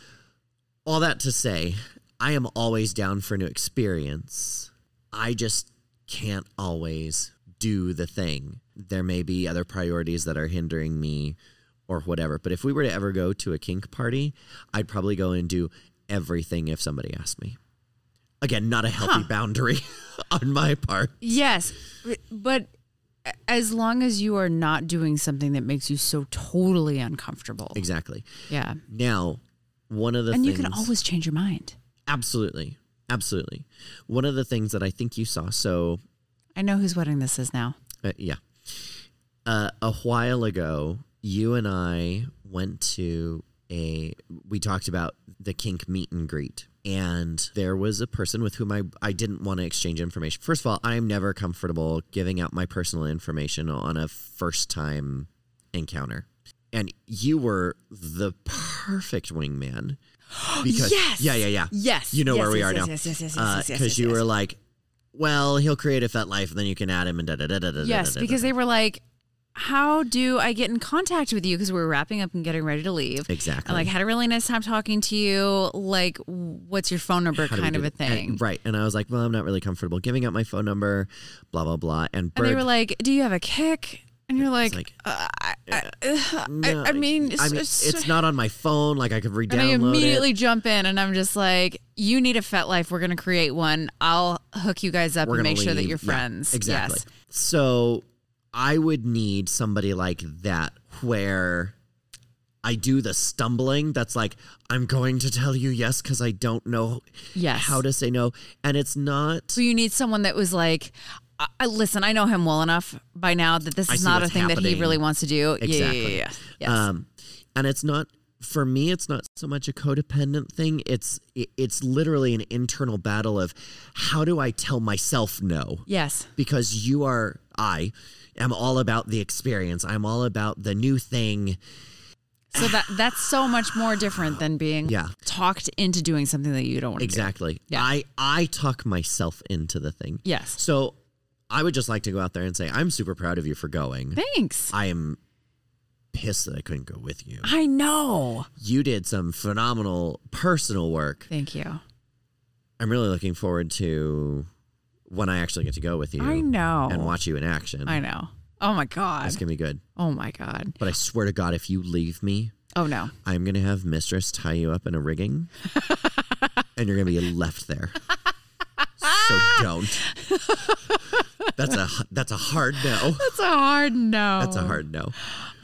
Speaker 1: all that to say, I am always down for a new experience. I just can't always do the thing. There may be other priorities that are hindering me or whatever. But if we were to ever go to a kink party, I'd probably go and do everything if somebody asked me. Again, not a healthy boundary on my part.
Speaker 2: Yes, but as long as you are not doing something that makes you so totally uncomfortable.
Speaker 1: Exactly.
Speaker 2: Yeah.
Speaker 1: Now, one of the
Speaker 2: And you
Speaker 1: things
Speaker 2: can always change your mind.
Speaker 1: Absolutely. Absolutely. One of the things that I think you saw, so
Speaker 2: I know whose wedding this is now.
Speaker 1: uh, yeah, uh, a while ago, you and I went to a, we talked about the kink meet and greet. And there was a person with whom I, I didn't want to exchange information. First of all, I'm never comfortable giving out my personal information on a first time encounter. And you were the perfect wingman. Because,
Speaker 2: Yes!
Speaker 1: Yeah, yeah, yeah.
Speaker 2: Yes.
Speaker 1: You know where
Speaker 2: yes,
Speaker 1: we
Speaker 2: yes,
Speaker 1: are
Speaker 2: yes,
Speaker 1: now.
Speaker 2: Yes, yes, yes, yes,
Speaker 1: because
Speaker 2: yes, yes, yes,
Speaker 1: Uh, you
Speaker 2: yes.
Speaker 1: were like, well, he'll create a fet life, and then you can add him, and da da da da da.
Speaker 2: Yes,
Speaker 1: da, da,
Speaker 2: because
Speaker 1: da.
Speaker 2: they were like, "How do I get in contact with you?" Because we were wrapping up and getting ready to leave.
Speaker 1: exactly
Speaker 2: I like had a really nice time talking to you. Like, what's your phone number?
Speaker 1: How do we
Speaker 2: kind
Speaker 1: do
Speaker 2: of a
Speaker 1: that? And-
Speaker 2: thing.
Speaker 1: right? And I was like, well, I'm not really comfortable giving out my phone number, blah blah blah. And
Speaker 2: And
Speaker 1: Bird,
Speaker 2: they were like, "Do you have a kick?" And you're like,
Speaker 1: like,
Speaker 2: uh, I, I, uh,
Speaker 1: no,
Speaker 2: I, I mean,
Speaker 1: I
Speaker 2: it's,
Speaker 1: mean,
Speaker 2: it's-
Speaker 1: it's not on my phone. Like I could re-download
Speaker 2: and I immediately
Speaker 1: it.
Speaker 2: jump in, and I'm just like, "You need a fet life. We're gonna create one. I'll hook you guys up
Speaker 1: We're
Speaker 2: and
Speaker 1: gonna
Speaker 2: make sure that
Speaker 1: leave.
Speaker 2: you're
Speaker 1: Yeah,
Speaker 2: friends."
Speaker 1: exactly.
Speaker 2: Yes.
Speaker 1: So I would need somebody like that where. I do the stumbling that's like, I'm going to tell you yes because I don't know
Speaker 2: Yes.
Speaker 1: how to say no. And it's not
Speaker 2: so you need someone that was like, I, I- listen, I know him well enough by now that this
Speaker 1: I
Speaker 2: is
Speaker 1: see
Speaker 2: not a
Speaker 1: what's
Speaker 2: thing that he
Speaker 1: happening.
Speaker 2: really wants to do. Yeah, Yeah, yeah,
Speaker 1: Exactly.
Speaker 2: yeah. Yes.
Speaker 1: Um, and it's not for me. It's not so much a codependent thing. It's it- it's literally an internal battle of how do I tell myself no
Speaker 2: yes.
Speaker 1: because you are I am all about the experience. I'm all about the new thing.
Speaker 2: So that that's so much more different than being
Speaker 1: Yeah.
Speaker 2: talked into doing something that you don't want to
Speaker 1: Exactly.
Speaker 2: Yeah.
Speaker 1: I I talk myself into the thing.
Speaker 2: do. Yes.
Speaker 1: So I would just like to go out there and say I'm super proud of you for going.
Speaker 2: Thanks.
Speaker 1: I am pissed that I couldn't go with you.
Speaker 2: I know.
Speaker 1: You did some phenomenal personal work.
Speaker 2: Thank you.
Speaker 1: I'm really looking forward to when I actually get to go with you
Speaker 2: I know.
Speaker 1: and watch you in action.
Speaker 2: I know. Oh my god.
Speaker 1: It's gonna be good.
Speaker 2: Oh my god.
Speaker 1: But I swear to God, if you leave me,
Speaker 2: Oh no.
Speaker 1: I'm gonna have Mistress tie you up in a rigging, and you're gonna be left there. so don't. That's a that's a hard no.
Speaker 2: That's a hard no.
Speaker 1: That's a hard no.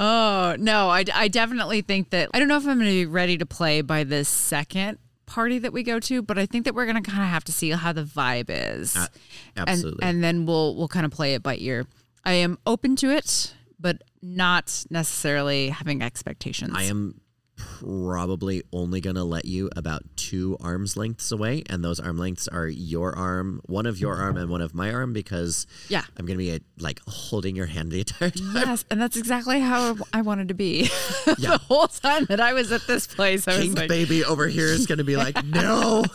Speaker 2: Oh no. I, I definitely think that I don't know if I'm going to be ready to play by this second party that we go to, but I think that we're going to kind of have to see how the vibe is.
Speaker 1: A- absolutely.
Speaker 2: And, and then we'll we'll kind of play it by ear. I am open to it, but not necessarily having expectations.
Speaker 1: I am probably only going to let you about two arms lengths away. And those arm lengths are your arm, one of your arm, and one of my arm, because
Speaker 2: Yeah.
Speaker 1: I'm going to be uh, like holding your hand the entire time.
Speaker 2: Yes, and that's exactly how I wanted to be. the whole time that I was at this place, I was
Speaker 1: Pink
Speaker 2: like,
Speaker 1: baby over here is going to be like, no,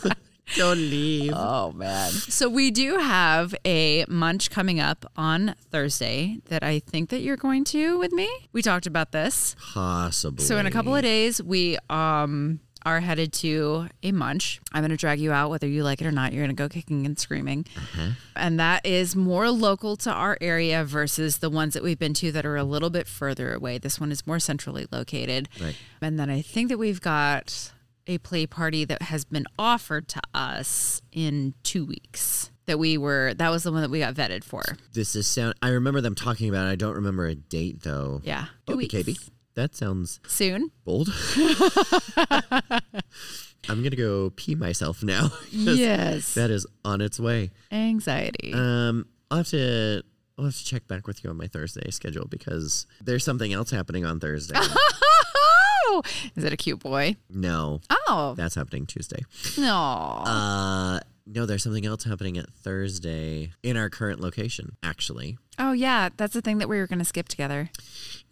Speaker 1: don't leave.
Speaker 2: Oh man. So we do have a munch coming up on Thursday that I think that you're going to with me. We talked about this.
Speaker 1: Possibly.
Speaker 2: So in a couple of days we um are headed to a munch. I'm going to drag you out whether you like it or not. You're going to go kicking and screaming.
Speaker 1: Mm-hmm.
Speaker 2: And that is more local to our area versus the ones that we've been to that are a little bit further away. This one is more centrally located.
Speaker 1: Right.
Speaker 2: And then I think that we've got a play party that has been offered to us in 2 weeks. That we were that was the one that we got vetted for.
Speaker 1: This is sound. I remember them talking about it. I don't remember a date, though.
Speaker 2: Yeah. two
Speaker 1: Okay,
Speaker 2: weeks.
Speaker 1: KB. That sounds
Speaker 2: Soon.
Speaker 1: bold. I'm going to go pee myself now. 'cause
Speaker 2: Yes.
Speaker 1: That is on its way.
Speaker 2: Anxiety.
Speaker 1: Um, I'll have to I'll have to check back with you on my Thursday schedule because there's something else happening on Thursday.
Speaker 2: Oh, is it a cute boy?
Speaker 1: no,
Speaker 2: Oh,
Speaker 1: that's happening Tuesday.
Speaker 2: no.
Speaker 1: Uh, no, there's something else happening at Thursday in our current location. Actually,
Speaker 2: oh, yeah. That's the thing that we were going to skip together.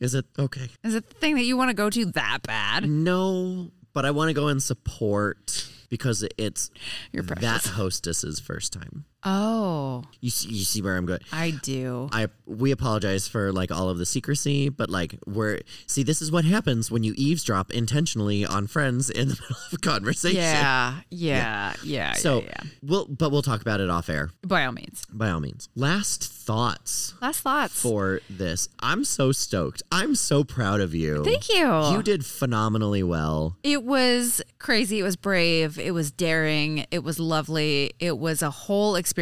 Speaker 1: is it okay?
Speaker 2: Is it the thing that you want to go to that bad?
Speaker 1: No, but I want to go and support because it's
Speaker 2: You're
Speaker 1: that
Speaker 2: precious.
Speaker 1: hostess's first time.
Speaker 2: Oh,
Speaker 1: You see, you see where I'm going.
Speaker 2: I do.
Speaker 1: I we apologize for like all of the secrecy, but like we're see this is what happens when you eavesdrop intentionally on friends in the middle of a conversation.
Speaker 2: Yeah, yeah, yeah.
Speaker 1: So
Speaker 2: yeah, yeah.
Speaker 1: we'll but we'll talk about it off air
Speaker 2: by all means.
Speaker 1: by all means. Last thoughts
Speaker 2: Last thoughts.
Speaker 1: for this. I'm so stoked. I'm so proud of you.
Speaker 2: Thank you.
Speaker 1: You did phenomenally well.
Speaker 2: It was crazy. It was brave. It was daring. It was lovely. It was a whole experience.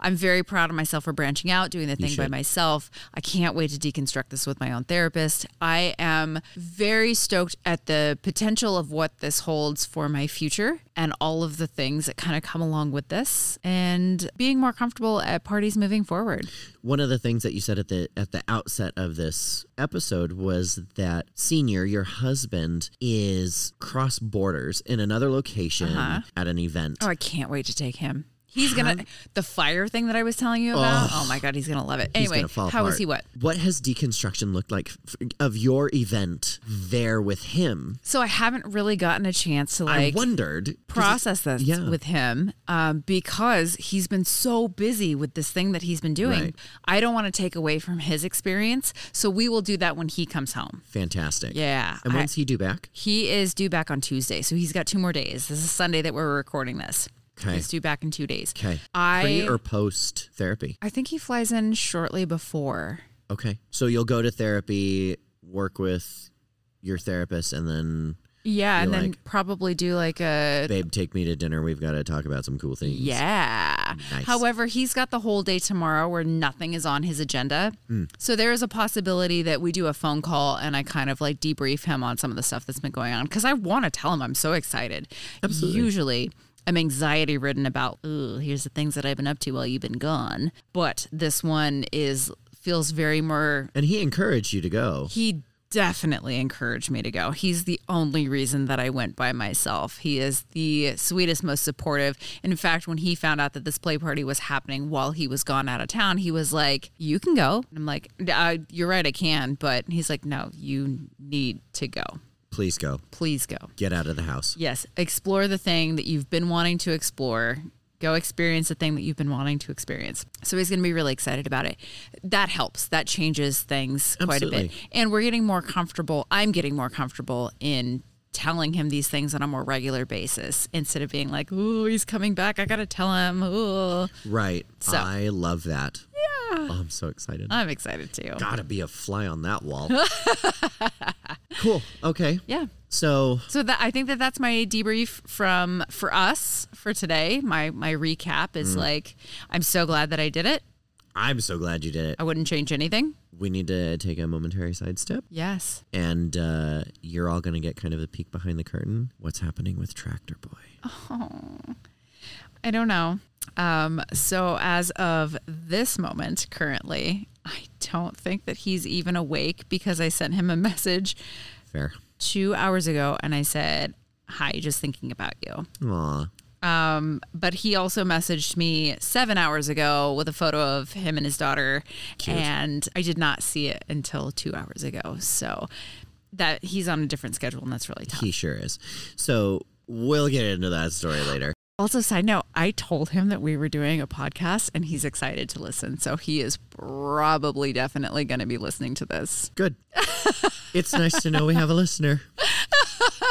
Speaker 2: I'm very proud of myself for branching out, doing the thing by
Speaker 1: should.
Speaker 2: myself. I can't wait to deconstruct this with my own therapist. I am very stoked at the potential of what this holds for my future and all of the things that kind of come along with this and being more comfortable at parties moving forward.
Speaker 1: One of the things that you said at the at the outset of this episode was that senior, your husband, is cross borders in another location
Speaker 2: Uh-huh.
Speaker 1: at an event.
Speaker 2: Oh, I can't wait to take him. He's gonna the fire thing that I was telling you about. Oh, my god, he's gonna love it.
Speaker 1: He's
Speaker 2: Anyway,
Speaker 1: gonna fall
Speaker 2: how was
Speaker 1: apart.
Speaker 2: he? What?
Speaker 1: What has deconstruction looked like f- of your event there with him?
Speaker 2: So I haven't really gotten a chance to like
Speaker 1: I wondered. 'cause
Speaker 2: process this
Speaker 1: yeah.
Speaker 2: with him um, because he's been so busy with this thing that he's been doing.
Speaker 1: Right.
Speaker 2: I don't want to take away from his experience, so we will do that when he comes home.
Speaker 1: it's Fantastic.
Speaker 2: Yeah,
Speaker 1: And
Speaker 2: I-
Speaker 1: when's he due back?
Speaker 2: he is due back on Tuesday, so he's got two more days. This is Sunday that we're recording this.
Speaker 1: 'Kay.
Speaker 2: He's due back in two days.
Speaker 1: Okay.
Speaker 2: I
Speaker 1: Pre or post therapy?
Speaker 2: I think he flies in shortly before.
Speaker 1: Okay. So you'll go to therapy, work with your therapist, and then,
Speaker 2: Yeah, and then
Speaker 1: like-
Speaker 2: probably do like a
Speaker 1: babe, take me to dinner. We've got to talk about some cool things.
Speaker 2: yeah.
Speaker 1: Nice.
Speaker 2: However, he's got the whole day tomorrow where nothing is on his agenda. So there is a possibility that we do a phone call and I kind of like debrief him on some of the stuff that's been going on because I want to tell him I'm so excited. Absolutely. Usually am anxiety ridden about, ooh, here's the things that I've been up to while you've been gone. But this one is feels very more
Speaker 1: And he encouraged you to go.
Speaker 2: he definitely encouraged me to go. He's the only reason that I went by myself. He is the sweetest, most supportive. In fact, when he found out that this play party was happening while he was gone out of town, he was like, You can go. And I'm like, uh, You're right, I can. But he's like, No, you need to go.
Speaker 1: Please go.
Speaker 2: Please go.
Speaker 1: Get out of the house.
Speaker 2: Yes, explore the thing that you've been wanting to explore. Go experience the thing that you've been wanting to experience. So he's going to be really excited about it. That helps. That changes things quite a bit.
Speaker 1: Absolutely.
Speaker 2: And we're getting more comfortable. I'm getting more comfortable in telling him these things on a more regular basis instead of being like, "Ooh, he's coming back. I got to tell him." Ooh.
Speaker 1: Right.
Speaker 2: So-
Speaker 1: I love that. Yeah. Oh, I'm so excited.
Speaker 2: I'm excited too.
Speaker 1: Gotta be a fly on that wall. cool. Okay.
Speaker 2: Yeah.
Speaker 1: So
Speaker 2: So that I think that that's my debrief from for us for today. My my recap is like I'm so glad that I did it.
Speaker 1: I'm so glad you did it.
Speaker 2: I wouldn't change anything.
Speaker 1: We need to take a momentary sidestep.
Speaker 2: Yes.
Speaker 1: and uh, you're all going to get kind of a peek behind the curtain. What's happening with Tractor
Speaker 2: Oh.
Speaker 1: Boy?
Speaker 2: I don't know. Um, so as of this moment currently, I don't think that he's even awake because I sent him a message
Speaker 1: Fair.
Speaker 2: two hours ago and I said, Hi, just thinking about you.
Speaker 1: Aw.
Speaker 2: Um, but he also messaged me seven hours ago with a photo of him and his daughter, and I did not see it until two hours ago. So that he's on a different schedule, and that's really tough.
Speaker 1: He sure is. So we'll get into that story later.
Speaker 2: Also, side note, I told him that we were doing a podcast and he's excited to listen. So he is probably definitely going to be listening to this.
Speaker 1: Good. it's nice to know we have a listener.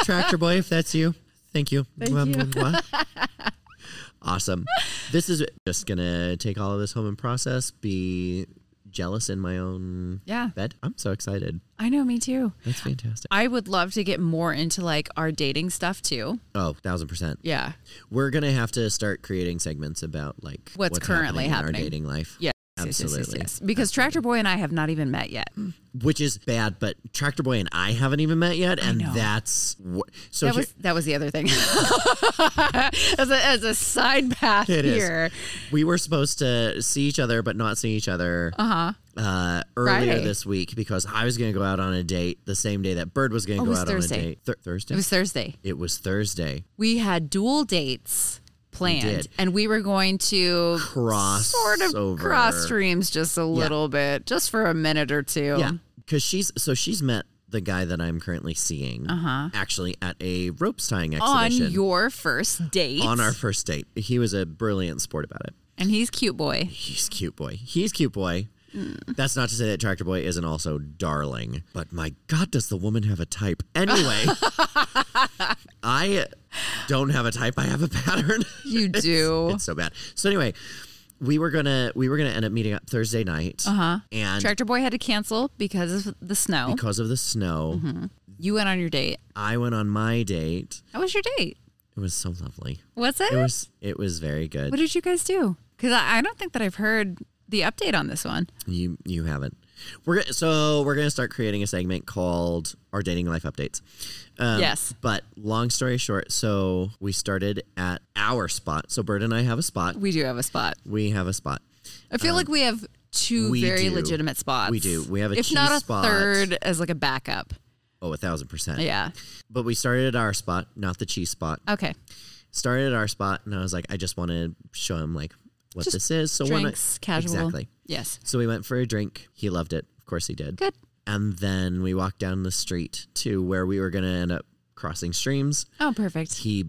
Speaker 1: Tractor Boy, if that's you, thank you. Mwah,
Speaker 2: you.
Speaker 1: mwah, mwah. awesome. This is just going to take all of this home and process, be jealous in my own
Speaker 2: Yeah.
Speaker 1: bed. I'm so excited.
Speaker 2: I know, me too.
Speaker 1: That's fantastic.
Speaker 2: I would love to get more into like our dating stuff too.
Speaker 1: Oh, thousand percent.
Speaker 2: Yeah.
Speaker 1: We're gonna have to start creating segments about like
Speaker 2: What's
Speaker 1: happening
Speaker 2: currently
Speaker 1: in
Speaker 2: happening.
Speaker 1: our dating life.
Speaker 2: Yes. yes, yes, yes,
Speaker 1: absolutely.
Speaker 2: yes. Because Tractor Boy and I have not even met yet.
Speaker 1: Which is bad, but Tractor Boy and I haven't even met yet, and
Speaker 2: know.
Speaker 1: that's what. So
Speaker 2: That
Speaker 1: here-
Speaker 2: was that was the other thing. as, a, as a side path
Speaker 1: It is.
Speaker 2: here.
Speaker 1: we were supposed to see each other, but not see each other. Uh-huh. Uh Earlier
Speaker 2: Friday.
Speaker 1: this week, because I was gonna go out on a date the same day that Bird was gonna
Speaker 2: Oh, it
Speaker 1: go
Speaker 2: was
Speaker 1: out
Speaker 2: Thursday.
Speaker 1: on a date. Thur- Thursday.
Speaker 2: It was Thursday.
Speaker 1: Thursday.
Speaker 2: we had dual dates planned
Speaker 1: did.
Speaker 2: and we were going to
Speaker 1: Cross
Speaker 2: sort of
Speaker 1: over.
Speaker 2: cross streams just a little bit just for a minute or two
Speaker 1: Yeah, because she's so she's met the guy that I'm currently seeing. Uh-huh. Actually, at a ropes tying
Speaker 2: on
Speaker 1: exhibition.
Speaker 2: your first date
Speaker 1: on our first date. He was a brilliant sport about it.
Speaker 2: and he's cute boy
Speaker 1: He's cute boy. He's cute boy.
Speaker 2: Mm.
Speaker 1: That's not to say that Tractor Boy isn't also darling, but my God, does the woman have a type? Anyway, I don't have a type. I have a pattern.
Speaker 2: you do
Speaker 1: it's so bad. So anyway, we were gonna we were gonna end up meeting up Thursday night, uh-huh. and
Speaker 2: tractor boy had to cancel because of the snow
Speaker 1: because of the snow,
Speaker 2: Mm-hmm. you went on your date
Speaker 1: I went on my date.
Speaker 2: how was your date
Speaker 1: It was so lovely.
Speaker 2: what's it,
Speaker 1: It was it was very good.
Speaker 2: what did you guys do because I, I don't think that i've heard the update on this one
Speaker 1: You you haven't. We're go- so we're gonna start creating a segment called our dating life updates. Um,
Speaker 2: Yes.
Speaker 1: But long story short, so we started at our spot. So Bird and I have a spot.
Speaker 2: we do have a spot
Speaker 1: We have a spot.
Speaker 2: I feel like we have two
Speaker 1: Um, we
Speaker 2: very
Speaker 1: do.
Speaker 2: legitimate spots.
Speaker 1: We do. We have a
Speaker 2: if
Speaker 1: cheese
Speaker 2: not a
Speaker 1: spot.
Speaker 2: third as like a backup.
Speaker 1: Oh, a thousand percent.
Speaker 2: Yeah.
Speaker 1: But we started at our spot, not the cheese spot.
Speaker 2: Okay.
Speaker 1: Started at our spot, and I was like, I just want to show him like what
Speaker 2: Just
Speaker 1: this is. So why not-
Speaker 2: Drinks, casual.
Speaker 1: Exactly.
Speaker 2: Yes.
Speaker 1: So we went for a drink. He loved it. Of course he did.
Speaker 2: Good.
Speaker 1: And then we walked down the street to where we were gonna end up crossing streams.
Speaker 2: Oh, perfect.
Speaker 1: he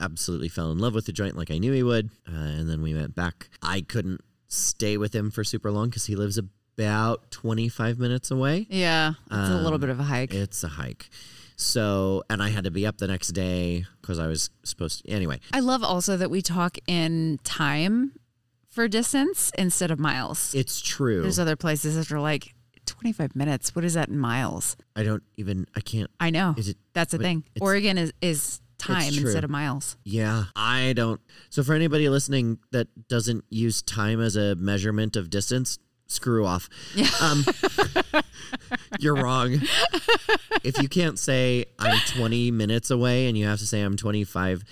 Speaker 1: absolutely fell in love with the joint like I knew he would. Uh, and then we went back. I couldn't stay with him for super long because he lives about 25 minutes away.
Speaker 2: Yeah. It's a little
Speaker 1: Um,
Speaker 2: bit of a hike.
Speaker 1: It's a hike. So, and I had to be up the next day because I was supposed to. Anyway,
Speaker 2: I love also that we talk in time for distance instead of miles.
Speaker 1: it's true.
Speaker 2: There's other places that are like 25 minutes. What is that in miles?
Speaker 1: I don't even, I can't.
Speaker 2: I know.
Speaker 1: Is it-
Speaker 2: That's the
Speaker 1: but
Speaker 2: thing.
Speaker 1: it's-
Speaker 2: Oregon is, is time
Speaker 1: It's true.
Speaker 2: instead of miles.
Speaker 1: Yeah, I don't. So, for anybody listening that doesn't use time as a measurement of distance, screw off. Um, you're wrong. If you can't say I'm 20 minutes away and you have to say I'm 25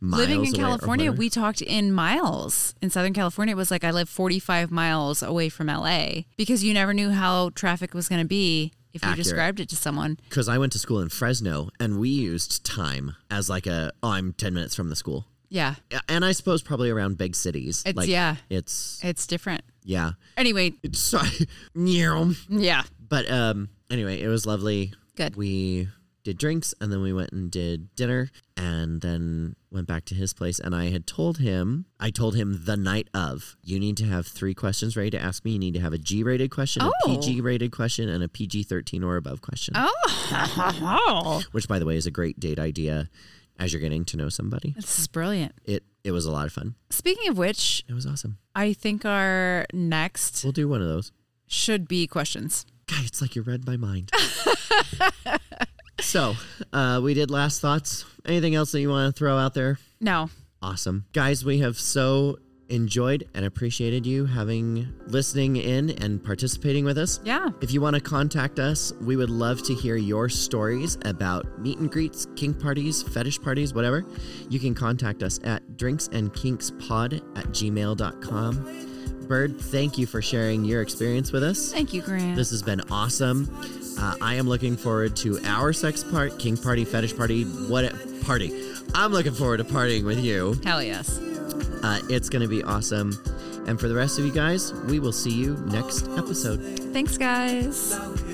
Speaker 1: miles
Speaker 2: Living in
Speaker 1: away or
Speaker 2: California,
Speaker 1: whatever-
Speaker 2: we talked in miles. In Southern California, it was like I live 45 miles away from LA because you never knew how traffic was going to be if you
Speaker 1: Accurate.
Speaker 2: described it to someone.
Speaker 1: because I went to school in Fresno and we used time as like a oh I'm ten minutes from the school,
Speaker 2: Yeah,
Speaker 1: A- and I suppose probably around big cities.
Speaker 2: It's-
Speaker 1: like,
Speaker 2: yeah.
Speaker 1: it's
Speaker 2: it's different.
Speaker 1: yeah.
Speaker 2: Anyway,
Speaker 1: It's sorry, yeah.
Speaker 2: yeah.
Speaker 1: But um, anyway, it was lovely.
Speaker 2: Good.
Speaker 1: We did drinks and then we went and did dinner and then went back to his place. And I had told him, I told him the night of, you need to have three questions ready to ask me. You need to have a G rated question, a
Speaker 2: Oh.
Speaker 1: PG rated question, and a PG 13 or above question,
Speaker 2: Oh,
Speaker 1: which, by the way, is a great date idea as you're getting to know somebody.
Speaker 2: this is brilliant.
Speaker 1: It, it was a lot of fun.
Speaker 2: Speaking of which,
Speaker 1: It was awesome.
Speaker 2: I think our next
Speaker 1: We'll do one of those.
Speaker 2: should be questions.
Speaker 1: God, it's like you read my mind. so, uh, we did last thoughts. Anything else that you want to throw out there?
Speaker 2: No,
Speaker 1: Awesome. Guys, we have so enjoyed and appreciated you having listening in and participating with us.
Speaker 2: yeah,
Speaker 1: If you want to contact us, we would love to hear your stories about meet and greets, kink parties, fetish parties, whatever. You can contact us at drinksandkinkspod at gmail.com. Bird, thank you for sharing your experience with us.
Speaker 2: thank you, Grant.
Speaker 1: This has been awesome. Uh, I am looking forward to our sex part, kink party, fetish party, what party. I'm looking forward to partying with you.
Speaker 2: Hell yes.
Speaker 1: Uh, it's going to be awesome. And for the rest of you guys, we will see you next episode.
Speaker 2: Thanks, guys.
Speaker 3: Now